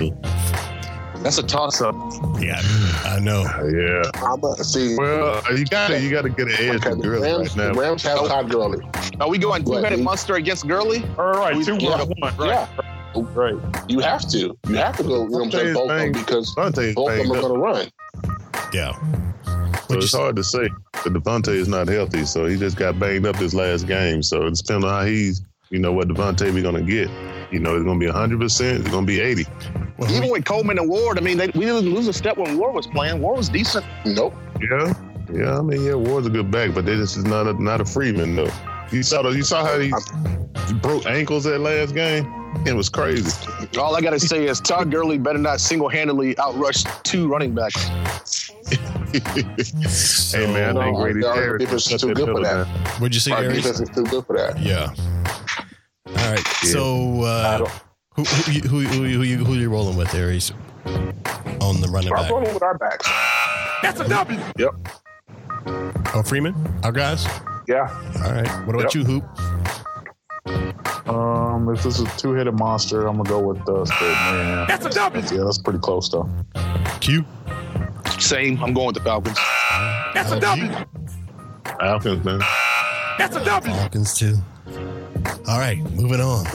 That's a toss up.
Yeah, I know.
Uh, Yeah.
I'm about to see.
Well, uh, you got to you got to get an edge
Okay,
to
the
Gurley
Rams,
right now.
the Rams
Oh.
have Todd Gurley.
Are we going two
What?
headed monster against Gurley?
All right,
We-
two
yeah.
yeah. one. Right.
Yeah,
Right.
you have to. You have to go. You know what I'm saying? Both of them because
Devontae's
both of them
banged
are
up,
going to run.
Yeah.
so it's hard to say. But Devontae is not healthy, so he just got banged up this last game. So it depends on how he's, you know, what Devontae we gonna get. You know, it's gonna be 100. percent It's gonna be 80.
Even with Coleman and Ward, I mean, they, we didn't lose a step when Ward was playing. Ward was decent.
Nope.
Yeah, yeah. I mean, yeah, Ward's a good back, but they just is not a not a Freeman though. You saw the, you saw how he broke ankles that last game. It was crazy.
All I got to say is Todd Gurley better not single handedly outrush two running backs.
hey man, I think
No,
Grady
our
Jarrett
defense is
shut
too
that
good for
middle
that.
down.
Would you say
Our
Aries?
defense is too good for that.
Yeah. All right.
Yeah.
So, uh, who, who, you- who, who, who, you- who you rolling with, Aries? On the running
I'm
back.
going with our backs.
That's a W.
Oh, Freeman? Our guys?
Yeah.
All right. What about you, Hoop?
Um, if this is a two headed monster, I'm going to go with uh, Spade, man.
That's a W.
Yeah, that's pretty close, though.
Q?
Same. I'm going with the Falcons.
That's a W.
Falcons, man.
That's a W.
Falcons, too. All right. Moving on.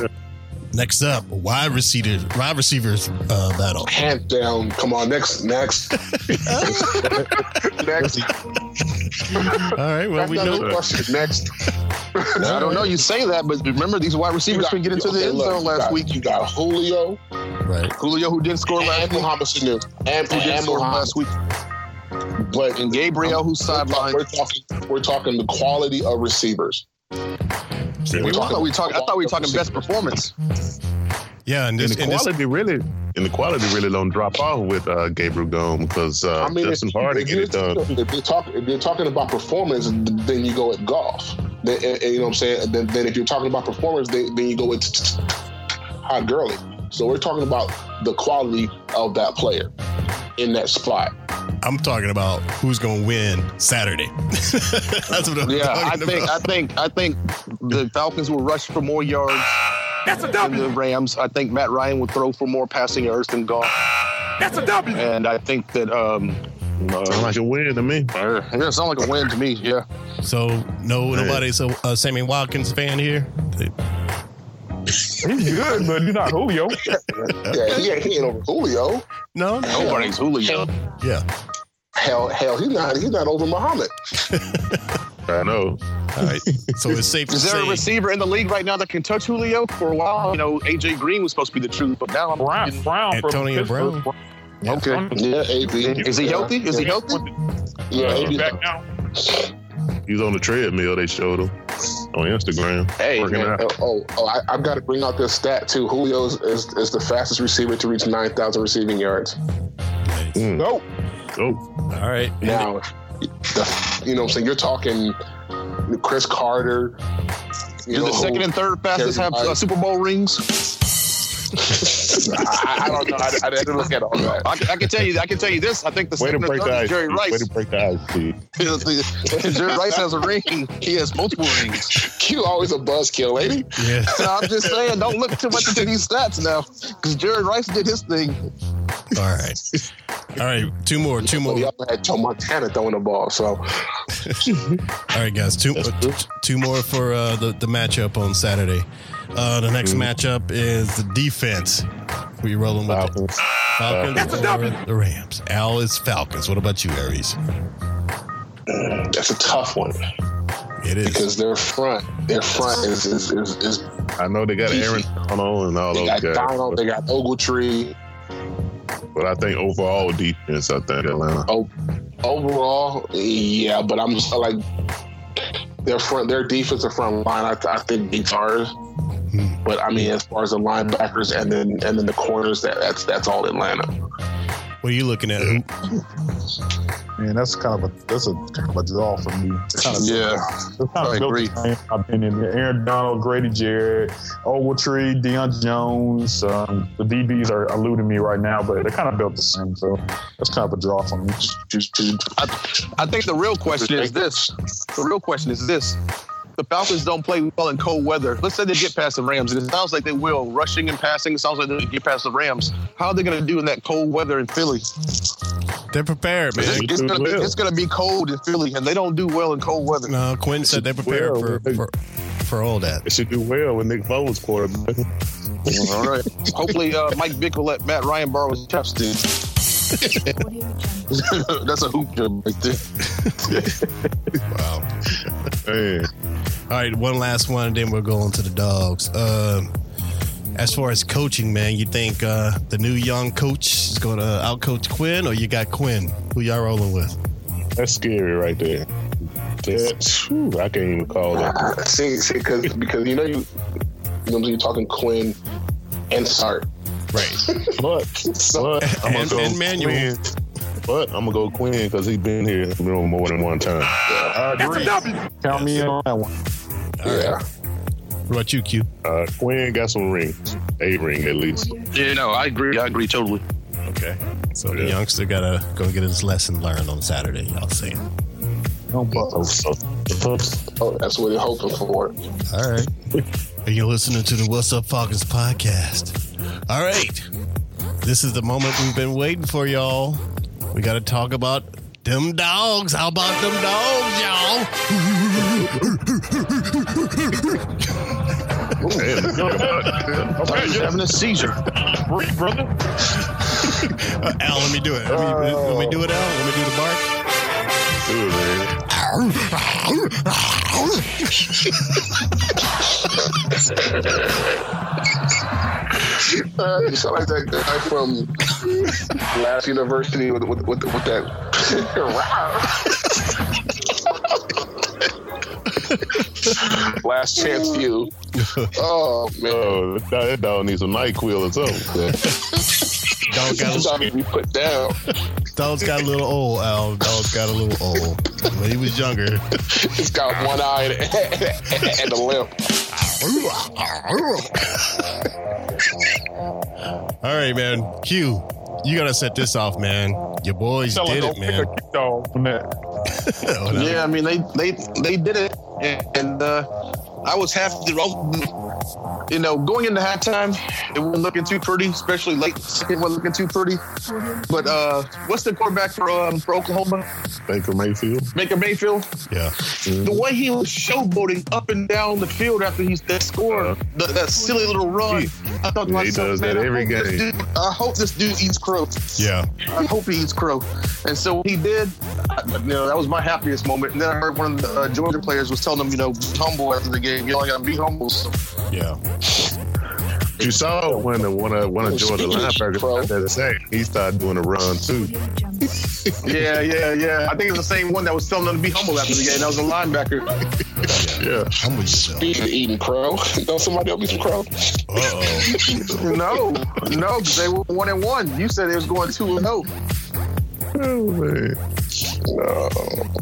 Next up, wide receivers, wide receivers uh, battle.
Hands down. Come on. Next. Next. next.
All right. Well,
That's
we
not
know.
a question. Next.
I don't know. You say that, but remember these wide
You
receivers
got-
couldn't get into the
okay,
end
look,
zone
you
last
got-
week.
You got Julio
Right.
Julio, who didn't score last
and
week,
Muhammad Sanu. And,
who didn't
and
score
Muhammad.
last week,
But
and Gabriel, who's
we're, talk-
sidelined.
we're talking. We're talking the quality of receivers.
We
we're
I
talking-
thought we talk, I thought we were talking best performance.
Yeah. And
And
this,
the
and this
quality really, and the quality really don't drop off with uh, Gabriel Gone because uh,
I mean, if
Justin
you-
Hardy
if
get
you-
it done.
If you're talking, if you're talking about performance, then you go at golf. Then, and- and you know what I'm saying. Then, then if you're talking about performance, then, then you go with hot girly. So we're talking about the quality of that player in that spot.
I'm talking about who's going to win Saturday. That's what I'm
yeah, I
talking
think
about.
I think I think the Falcons will rush for more yards. That's a W. The Rams. I think Matt Ryan will throw for more passing yards than Goff. That's a W. And I think that um,
Sound like a win to me.
uh, it doesn't sound like a win to me. Yeah.
So no,
Man.
nobody's a, a Sammy Watkins fan here.
He's good, but he's not Julio.
Yeah, he, ain't- he ain't over Julio.
No, no.
Nobody's Julio.
yeah.
Hell, hell, he's not. He's not over Muhammad.
I know.
All right. So it's safe to
Is there a
say
receiver in the league right now that can touch Julio? For a while, you know, AJ Green was supposed to be the truth, but now I'm
Brown, Brown from
Antonio
Pittsburgh.
Okay.
Yeah, AB.
Is he healthy? Is he healthy?
Yeah,
Uh,
AB.
he's back now.
He's on the treadmill. They showed him on Instagram.
Hey,
working
Man,
out.
oh, oh, oh, I, I've got to bring out this stat too. Julio is, is, is the fastest receiver to reach 9,000 receiving yards.
Mm.
Nope.
Oh,
all right.
Now, the, you know what I'm saying? You're talking Chris Carter. You
Do
know,
the second and third fastest have uh, Super Bowl rings?
I, I don't know. I, I didn't look at all that.
I, can- I can tell you. I can tell you this. I think the
way to
second and
break
third
the
is
ice.
Jerry
Steve. Way
Rice.
to break the ice, Steve.
Jerry Rice has a ring. He has multiple rings.
Q always a buzzkill, lady.
Yeah.
So I'm just saying, don't look too much into these stats now, because Jerry Rice did his thing.
All right. All right. Two more. Two more.
We
All
also had Joe Montana throwing the ball. So,
right, guys. Two two more for uh, the the matchup on Saturday. Uh, the
Mm-hmm.
next matchup is the defense. We rolling with the
Falcons.
Falcons or the Rams. Al is Falcons. What about you, Aries?
that's a tough one
It is.
because their front, their front is is, is, is
I know they got Aaron Donald and all
they
those
got
guys.
Donald, they got Ogletree.
But I think overall defense, I think Atlanta.
Oh, overall, yeah, but I'm just like their front, their defensive front line. I, I think beats ours. But I mean, as far as the linebackers and then and then the corners, that, that's that's all Atlanta.
What are you looking at? Who-
Man, that's kind of a that's a kind of a draw for me. It's kind of
Yeah,
That's how
I
it goes,
agree.
in my opinion. Aaron Donald, Grady Jarrett, Ogletree, Deion Jones. Um, the DBs are eluding me right now, but they're kind of built the same. So that's kind of a draw for me.
Just- just-
I, I think the real question is this. The real question is this. The Falcons don't play well in cold weather. Let's say they get past the Rams, and it sounds like they will. Rushing and passing, it sounds like they get past the Rams. How are they going to do in that cold weather in Philly?
They're prepared, man.
It's going to be, it's gonna be cold in Philly, and they don't do well in cold weather.
No, Quinn said they're prepared
Well,
for, for for all that.
They should do well with Nick Foles quarterback.
All right. Hopefully, uh, Mike Vick will let Matt Ryan borrow his chapstick. That's a hoop job right there.
Wow.
Man,
All right, one last one, then we'll go on to the dogs. Um, as far as coaching, man, you think uh, the new young coach is going to outcoach Quinn, or you got Quinn? Who y'all rolling with?
that's scary right there. That's, whew, I can't even call that.
I- see, see, because because you know you, you know, you're talking Quinn and Sart.
Right.
But,
So,
but I'm gonna
And-
go
and Manuel.
Quinn. But I'm gonna go Quinn because he's been here you know, more than one time.
I agree. Count me in on that one.
yeah,
What about you, Q?
Uh, Quinn got some rings, a ring at least.
Yeah, no, I agree. I agree totally.
Okay. So the
Yeah.
youngster got to go get his lesson learned on Saturday, y'all saying.
So, so,
oh, that's what they're hoping for.
All right. And you're listening to the What's Up Falcons podcast. All right. This is the moment we've been waiting for, y'all. We got to talk about them dogs. How about them dogs, y'all?
Hey, you're having a seizure.
Free, brother.
Uh, Al, let me do it. Let me, let me do it, Al. Let me do the bark.
dude, man.
Uh, you sound like that guy from last university with with, with, with that. last chance view. Oh man,
Oh, that- that dog needs a NyQuil or something.
Dog got a,
sometimes we put down.
dogs got a little old, Al. Dogs got a little old. When he was younger.
It's got one eye and, and a limp.
All right, man. Q, You gotta set this off, man. Your boys
Tell 'em
did
don't
it,
pick
man.
a dog from that.
Oh, no.
Yeah, I mean they they they did it, and uh, I was happy. You know, going into halftime, it wasn't looking too pretty, especially late second wasn't looking too pretty. But uh, what's the quarterback for um, for Oklahoma?
Baker Mayfield.
Baker Mayfield.
Yeah.
The way he was showboating up and down the field after he's that score, that, that silly little run. I thought to
Yeah, Uh, he
myself,
does
man,
that
I
every
hope this
game.
dude- I hope this dude eats crow.
Yeah.
I hope he eats crow. And so when he did, I, you know, that was my happiest moment. And then I heard one of the uh, Georgia players was telling him, you know, be humble after the game. You're like, I'm be humble. So,
Yeah.
You saw when the one of one of Georgia linebackers had that sack. He started doing a run too.
yeah, yeah, yeah. I think it was the same one that was telling him to be humble after the game. That was a linebacker.
Yeah.
Humble yourself.
Speaking of eating crow, don't somebody help me some crow?
Uh oh.
no, no, 'cause they were one and one. You said it was going two and zero.
Oh, man.
No.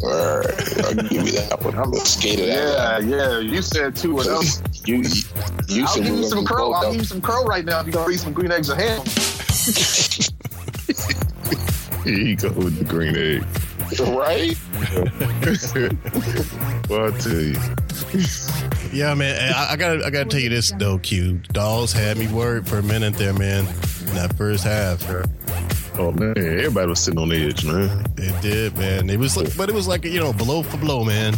All right. I'll give you that one. I'm scared of
Yeah,
that.
yeah. You said two and zero.
You, you, you
I'll
said we
give you
were
some
gonna
crow.
vote,
I'll
though.
give you some crow right now if you're gonna eat some green eggs and ham.
He go with the green egg.
Right?
What to you?
Yeah, man. and I, I gotta I gotta tell you this though, Q. Dolls had me worried for a minute there, man. In that first half.
Oh man, everybody was sitting on the edge, man.
It did, man. It was like, but it was like you know, blow for blow, man.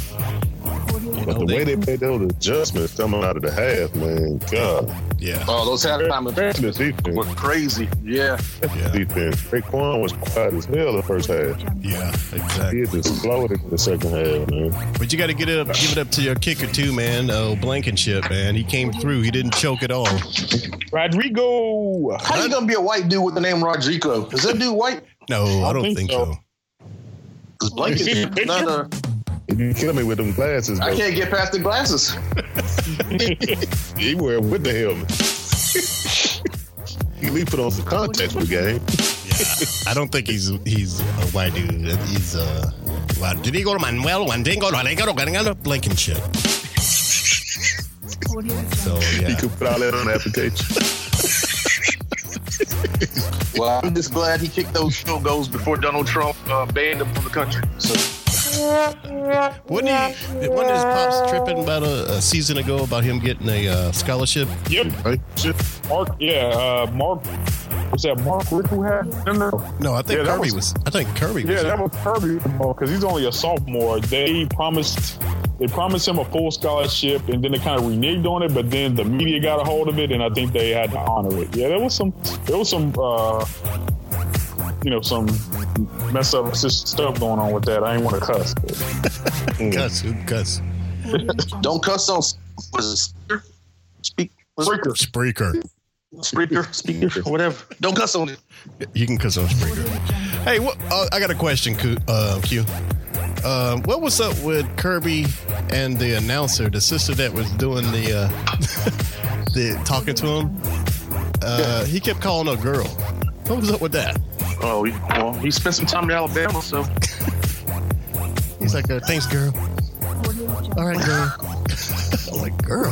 But
Oh,
the way they made those adjustments coming out of the half, man, God.
Yeah.
Oh, those halftime events
This defense,
were crazy. Yeah,
Yeah.
defense. Raekwon was quiet as hell the first half.
Yeah. Exactly.
He just exploded in the second half, man.
But you got to get it up, give it up to your kicker too, man. Oh, Blankenship, man. He came through. He didn't choke at all.
Rodrigo.
how you gonna be a white dude with the name Rodrigo? Is that dude white?
No, I don't think so.
Because blanket. no, no,
You kill me with them glasses,
I
bro.
can't get past the glasses.
He wear with the helmet. He at least put on some contacts for the game.
I don't think he's he's a white dude. He's uh, Rodrigo Manuel Wandingo Rodrigo Rodrigo Blankenship. So
He
yeah,
could put all that on the application.
Well, I'm just glad he kicked those field goals before Donald Trump uh, banned him from the country. So,
wasn't he? Wasn't his pops tripping about a, a season ago about him getting a uh, scholarship?
Yep.
Right? Shit.
Mark. Yeah. Uh, Mark. Was that Mark Rick who had? No, no.
No, I think
Yeah, that
Kirby was,
was-
I think Kirby
Yeah,
was.
that was Kirby because he's only a sophomore. They promised they promised him a full scholarship, and then they kind of reneged on it. But then the media got a hold of it, and I think they had to honor it. Yeah, there was some there was some uh, you know some mess up stuff going on with that. I ain't want to cuss. but-
Cuss, who cuss?
don't cuss on. Was it speak? Spreaker,
Spreaker.
speaker, speaker, whatever. Don't cuss on it.
You can cuss on Spreaker. Hey, what, uh, I got a question, Q. Uh, Q. Um, what was up with Kirby and the announcer, the sister that was doing the uh, the talking to him? Uh, he kept calling her girl. What was up with that?
Oh, he- well, he spent some time in Alabama, so
He's like, uh, "Thanks, girl." All right, girl. I'm like, girl.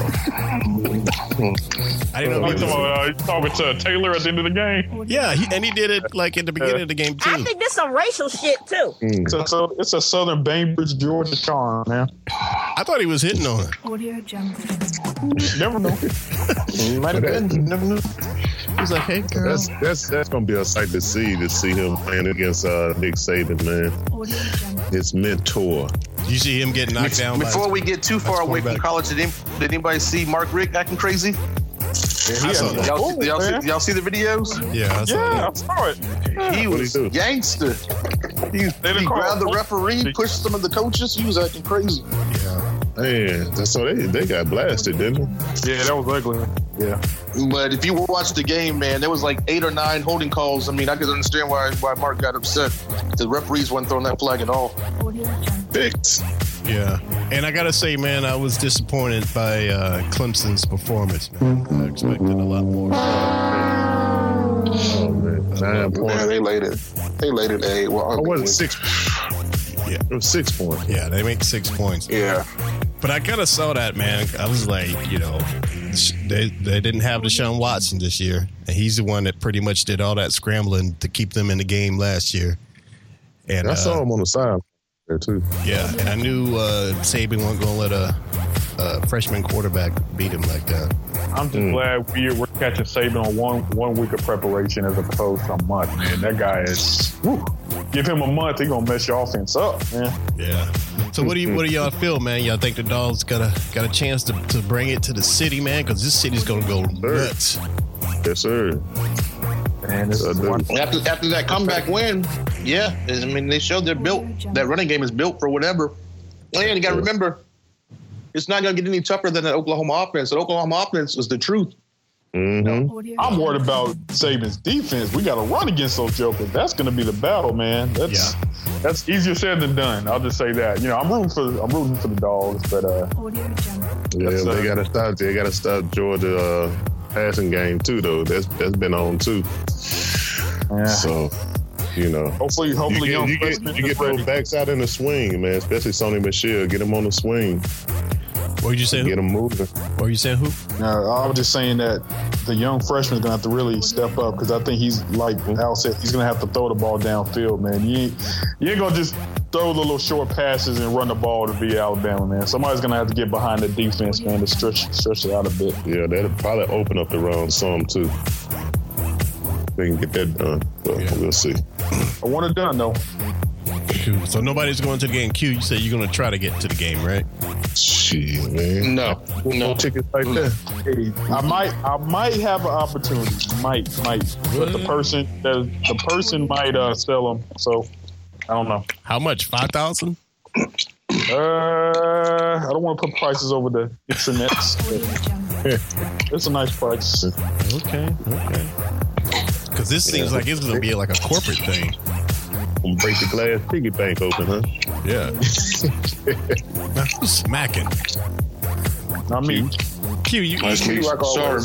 I didn't know.
Like,
He
talking
was,
about, uh, he's talking to Taylor at the end of the game.
yeah, he, and he did it like at the beginning of the game
I
too.
think this some racial shit too.
It's a, so- it's a Southern Bainbridge, Georgia charm, man.
I thought he was hitting on her.
Audio Jungle.
You never know. Might have been. You never know.
He's like, "Hey, girl."
That's that's that's gonna be a sight to see to see him playing against uh, Nick Saban, man,
Audio Jungle.
his mentor.
you see him get knocked down. by-
Before we get too far away from
quarterback.
college, did, any- did anybody see Mark Rick acting crazy?
I saw that.
Y'all, see, y'all,
man.
see, y'all see the videos?
Yeah, I saw that.
Yeah, I saw it.
He
What'd he
was
do?
gangster. He,
done
he
called
grabbed the
him.
referee, pushed some of the coaches. He was acting crazy.
Man, that's so they they got blasted, didn't they?
Yeah, that was ugly. Yeah.
But if you watch the game, man, there was like eight or nine holding calls. I mean, I could understand why why Mark got upset. The referees weren't throwing that flag at all.
Audio Jungle.
Fix.
Yeah, and I gotta say, man, I was disappointed by uh, Clemson's performance. Man. I expected a lot more.
Oh man, nine
Man,
points.
they laid it. They laid it eight. Well,
I wasn't six.
Yeah.
It was six points.
Yeah, they made six points.
Yeah.
But I kind of saw that, man. I was like, you know, sh- they, they didn't have Deshaun Watson this year. And he's the one that pretty much did all that scrambling to keep them in the game last year. And
I
uh,
saw him on the side there too.
Yeah, and I knew uh, Saban wasn't going to let a, a freshman quarterback beat him like that.
I'm
Hmm.
just glad we, we're catching Saban on one one week of preparation as opposed to a month. Man, that guy is. Whew, give him a month, he gonna mess your offense up, man.
Yeah. So what do you what do y'all feel, man? Y'all think the dogs got a got a chance to, to bring it to the city, man? Because this city's gonna go nuts.
Yes, sir.
Man, this
is one.
After, after that comeback win, yeah, I mean they showed they're built. That running game is built for whatever. And you got to remember, it's not going to get any tougher than that Oklahoma offense. That Oklahoma offense is the truth.
I'm worried about Saban's defense. We got to run against those jokers. That's going to be the battle, man. That's that's easier said than done. I'll just say that. You know, I'm rooting for I'm rooting for the dogs, but uh,
Yeah,
That's,
but
uh,
they gotta stop. They gotta stop Georgia uh, passing game too, though. That's that's been on too. So, you know,
hopefully, hopefully,
you
young
get, you
freshmen
get, you get those backs out in the swing, man. Especially Sony Michelle, get him on the swing.
What did you say?
Get him moving.
What you saying? Who?
No, I was just saying that the young freshman's gonna have to really step up because I think he's like Al said, he's gonna have to throw the ball downfield, man. You ain't, you ain't gonna just throw the little short passes and run the ball to be Alabama, man. Somebody's gonna have to get behind the defense, man, to stretch stretch it out a bit.
Yeah, that'll probably open up the run some too. They can get that done, but we'll see.
I want it done though.
Cool. So nobody's going to the game. Q, you said you're gonna try to get to the game, right?
Jeez, man.
No, no
tickets like that.
Hey, I might I might have an opportunity, might might, but the person the, the person might uh, sell them. So I don't know.
How much? Five thousand?
Uh, I don't want to put prices over the internets. but It's a nice price.
Okay, okay. Because this seems like it's gonna be like a corporate thing.
Gonna break the glass piggy bank open, huh?
Yeah. now who's smacking?
Not me.
Q, you
Nice
you-
meat. Sorry.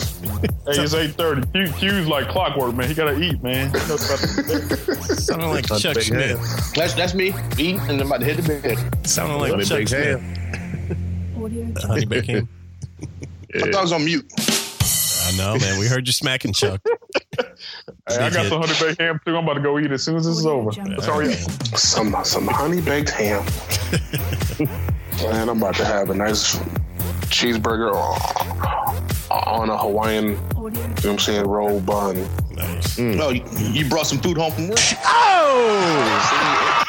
Hey, it's eight thirty. Q, Q's like clockwork, man. He gotta eat, man.
Sounding like Chuck Smith.
That's that's me eating and I'm about to hit the bed.
Sounding like
Honey
Chuck
baked
Smith. The honey baked ham.
I thought I was on mute.
I know, man. We heard you smacking Chuck.
Hey, I got some honey baked ham too. I'm about to go eat as soon as this is over. Sorry.
Some some honey baked ham. and I'm about to have a nice cheeseburger on a Hawaiian, you know what I'm saying, roll bun.
Nice.
Hmm.
Oh, you, you brought some food home from work.
Oh!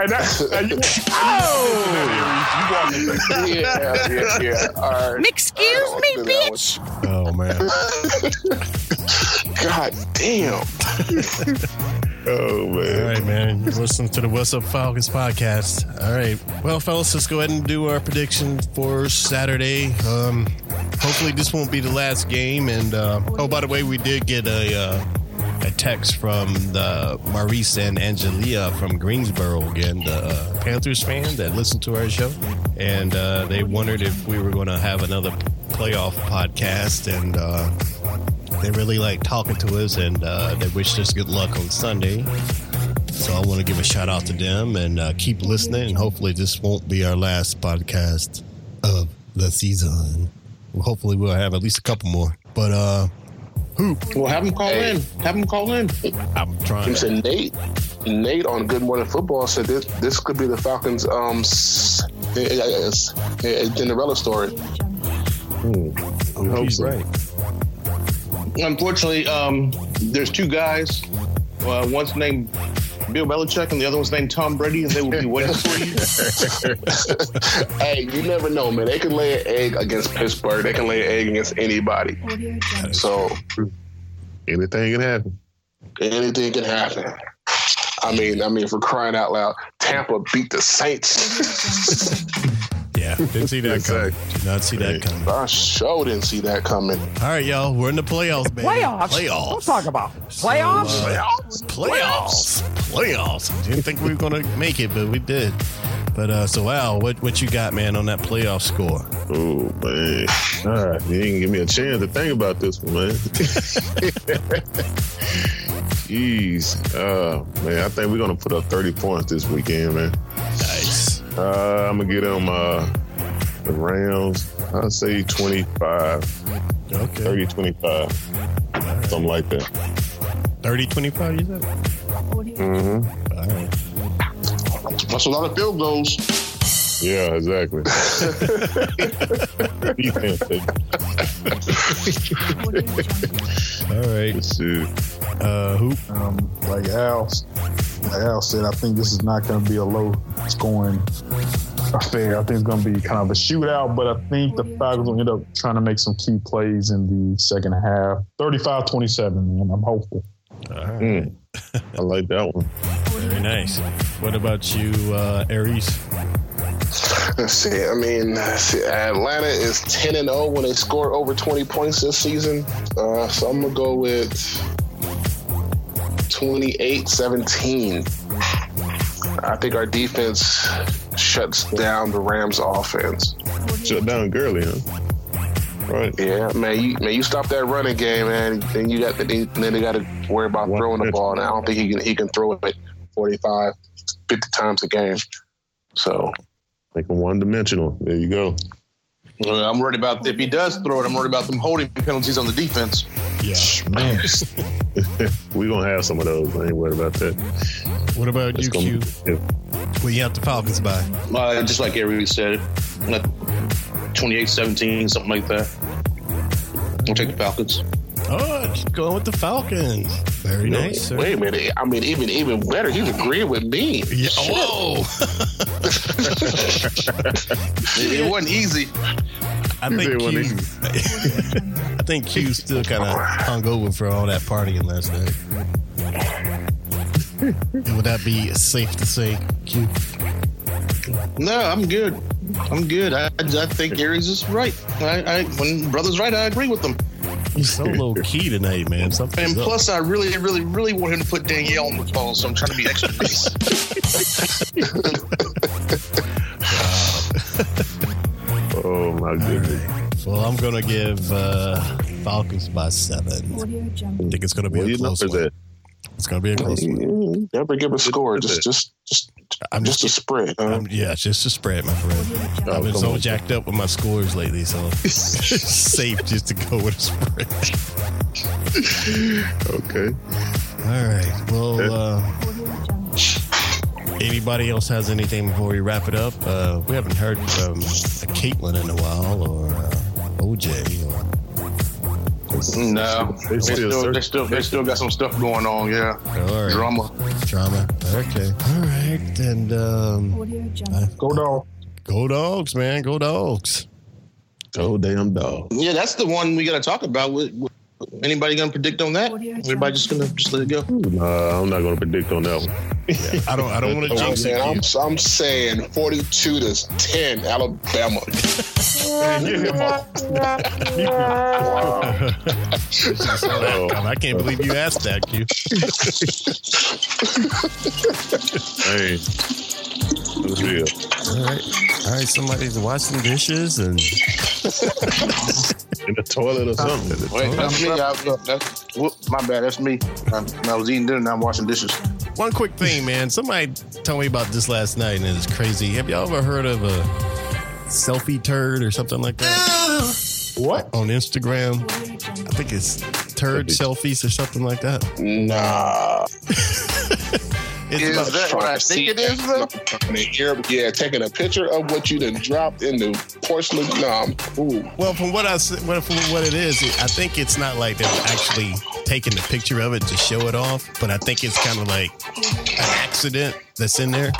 hey, that, hey, you, oh! You walking
yeah, yeah, yeah. All right.
Excuse me, bitch.
Oh man.
God damn.
Oh
All
man.
right, man. You're listening to the What's Up Falcons podcast. All right. Well, fellas, let's go ahead and do our prediction for Saturday. Um, hopefully, this won't be the last game. And uh, oh, by the way, we did get a uh, a text from the Maurice and Angelia from Greensboro again, the uh, Panthers fan that listened to our show, and uh, they wondered if we were going to have another playoff podcast and. Uh, they really like talking to us and uh, they wish us good luck on Sunday. So I want to give a shout out to them and uh, keep listening. And hopefully, this won't be our last podcast of the season. Well, hopefully, we'll have at least a couple more. But uh, who?
Well, have him call
Hey.
in. Have him call in.
I'm trying.
He
To,
said Nate. Nate on Good Morning Football said this this could be the Falcons um s- eh, eh, eh, s- eh, eh, Cinderella story.
I hope
Oh, he's
so.
right.
Unfortunately, um, there's two guys. Uh, one's named Bill Belichick, and the other one's named Tom Brady, and they will be waiting for you.
Hey, you never know, man. They can lay an egg against Pittsburgh. They can lay an egg against anybody. So
Anything can happen.
anything can happen. I mean, I mean, for crying out loud, Tampa beat the Saints.
Yeah, didn't see that coming. Did not see that coming.
I sure didn't see that coming.
All right, y'all, we're in the playoffs, baby.
Playoffs?
Playoffs.
Don't talk about playoffs.
playoffs, playoffs, playoffs. Didn't think we were gonna make it, but we did. But uh, so Al, what what you got, man, on that playoff score?
Oh man. All right. You didn't give me a chance to think about this one, man. Jeez. Uh man, I think we're gonna put up thirty points this weekend, man.
Nice.
Uh, I'm gonna get them uh The Rams, I'd say 25. Okay. 30, 25. Something like that.
30 25, you said?
Mm-hmm.
All right.
That's a lot of field goals.
Yeah, exactly.
All right.
Uh, who? Um, like Al, like Al said, I think this is not going to be a low scoring affair. I think it's going to be kind of a shootout, but I think the Falcons will end up trying to make some key plays in the second half. 35-27, man. I'm hopeful.
Mm. I like that one.
Very nice. What about you, uh, Aries?
Let's see. I mean, let's see, Atlanta is 10 and 0 when they score over 20 points this season. Uh, so I'm going to go with 28 17. I think our defense shuts down the Rams' offense.
Shut down Gurley, huh? Right.
Yeah, man. You man, you stop that running game, man. Then you got the, then they got to worry about throwing the ball. And I don't think he can he can throw it 45, 50 times a game. So
Make him one dimensional. There you go.
Well, I'm worried about if he does throw it. I'm worried about them holding penalties on the defense.
Yeah.
We're going to have some of those. I ain't worried about that.
What about
That's
you,
gonna-
Q? Well, you have the Falcons by.
Uh, just like Avery said, like 28 17, something like that. We'll take the Falcons.
Oh, just going with the Falcons. Very
No,
nice, sir.
Wait a minute. I mean, even even better. He's agreeing with me.
Yeah.
Shit.
Whoa!
It wasn't easy.
I think
Everyone
Q, I think Q still kind of hung over for all that partying last night. Would that be safe to say, Q?
No, I'm good. I'm good. I, I think Aries is right. I, I when brother's right, I agree with them.
You so low key tonight, man. Something's
And
up.
plus, I really, really, really want him to put Danielle on the ball, so I'm trying to be extra nice.
Oh, my goodness.
well, I'm gonna give uh, Falcons by seven. I think it's gonna be
What
a
you
close
numbers
one.
at?
It's gonna be a close one.
Mm-hmm.
Never give a score. Just just just
I'm
just a spread. huh?
I'm, yeah, it's just a spread, my friend. I've been
come
so
on.
jacked up with my scores lately, so it's safe just to go with a spread.
Okay.
All right. Well, uh, anybody else has anything before we wrap it up? Uh, we haven't heard from a Caitlin in a while, or uh, OJ, or
No, they still, they still, they still got some stuff going on. Yeah,
All right.
drama.
drama. Okay. All right. And um,
Go dog.
Go dogs, man. Go dogs.
Go damn dog.
yeah, that's the one we got to talk about. What- what- Anybody gonna predict on that? Everybody just gonna just let it go.
Nah, I'm not going to predict on that one.
I don't. I don't want to
I'm
jinx it.
saying, I'm, I'm saying 42 to 10 Alabama.
wow.
Oh, I can't believe you asked that, Q.
Hey. Let's be
All right. All right. Somebody's washing dishes and
in the toilet or something.
Wait, that's me. I, that's, whoop, my bad. That's me. I, I was eating dinner and I'm washing dishes.
One quick thing, man. Somebody told me about this last night, and it's crazy. Have y'all ever heard of a selfie turd or something like that?
What?
On Instagram, I think it's turd selfies or something like that.
Nah.
It's
Is
about-
that what I think it is, though? Yeah, taking a picture of what you done dropped in the porcelain. Um, ooh.
well, from what I s- well, from what it is, it, I think it's not like they're actually taking the picture of it to show it off, but I think it's kind of like an accident that's in there.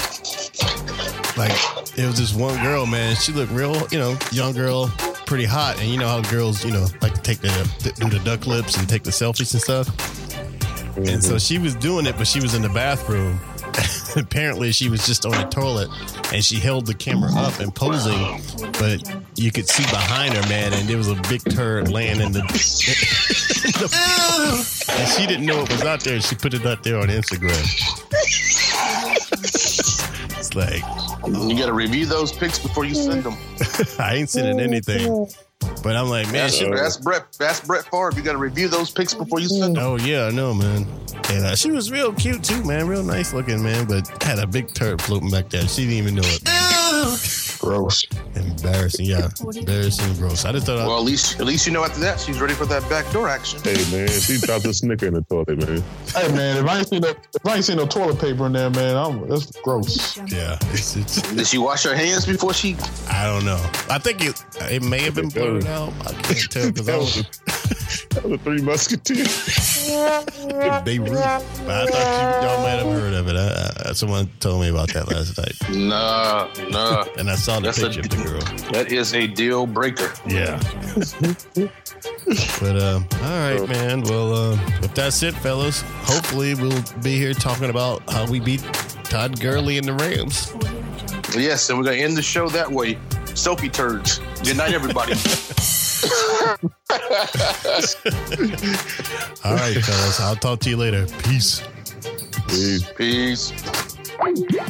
Like it was this one girl, man. She looked real, you know, young girl, pretty hot, and you know how girls, you know, like to take the do the duck lips and take the selfies and stuff. And so she was doing it, but she was in the bathroom. Apparently, she was just on the toilet, and she held the camera up and posing, but you could see behind her, man, and there was a big turd laying in the. in the- and she didn't know it was out there. She put it out there on Instagram. It's like
You got to review those pics before you send them.
I ain't sending anything, but I'm like, man,
That's,
she,
that's Brett. That's Brett Favre. You got to review those pics before you send them.
Oh yeah, I know, man. And uh, she was real cute too, man. Real nice looking, man. But had a big turd floating back there. She didn't even know it.
Gross.
Embarrassing, yeah. Embarrassing, and gross. I just thought
Well, at least at least you know after that she's ready for that backdoor action.
Hey man, she dropped a snicker in the toilet, man.
Hey man, if I ain't seen no, if I ain't seen no toilet paper in there, man, I'm, that's gross.
Yeah, it's, it's,
Did she wash her hands before she?
I don't know. I think it it may have been blurred out. I can't tell because I was
the Three Musketeers.
Beirut. But I thought you, y'all might have heard of it. I, I, someone told me about that last night.
Nah, nah.
And I saw the
That's a-
picture of the girl.
That is a deal breaker.
Yeah. But um, all right, man. Well, um, if that's it, fellas, hopefully we'll be here talking about how we beat Todd Gurley and the Rams.
Yes, and we're gonna end the show that way. Soapy turds. Good night, everybody.
All right, fellas. I'll talk to you later. Peace.
Peace.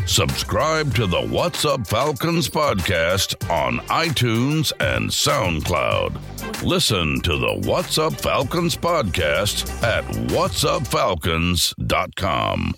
Subscribe to the What's Up Falcons podcast on iTunes and SoundCloud. Listen to the What's Up Falcons podcast at whatsupfalcons.com.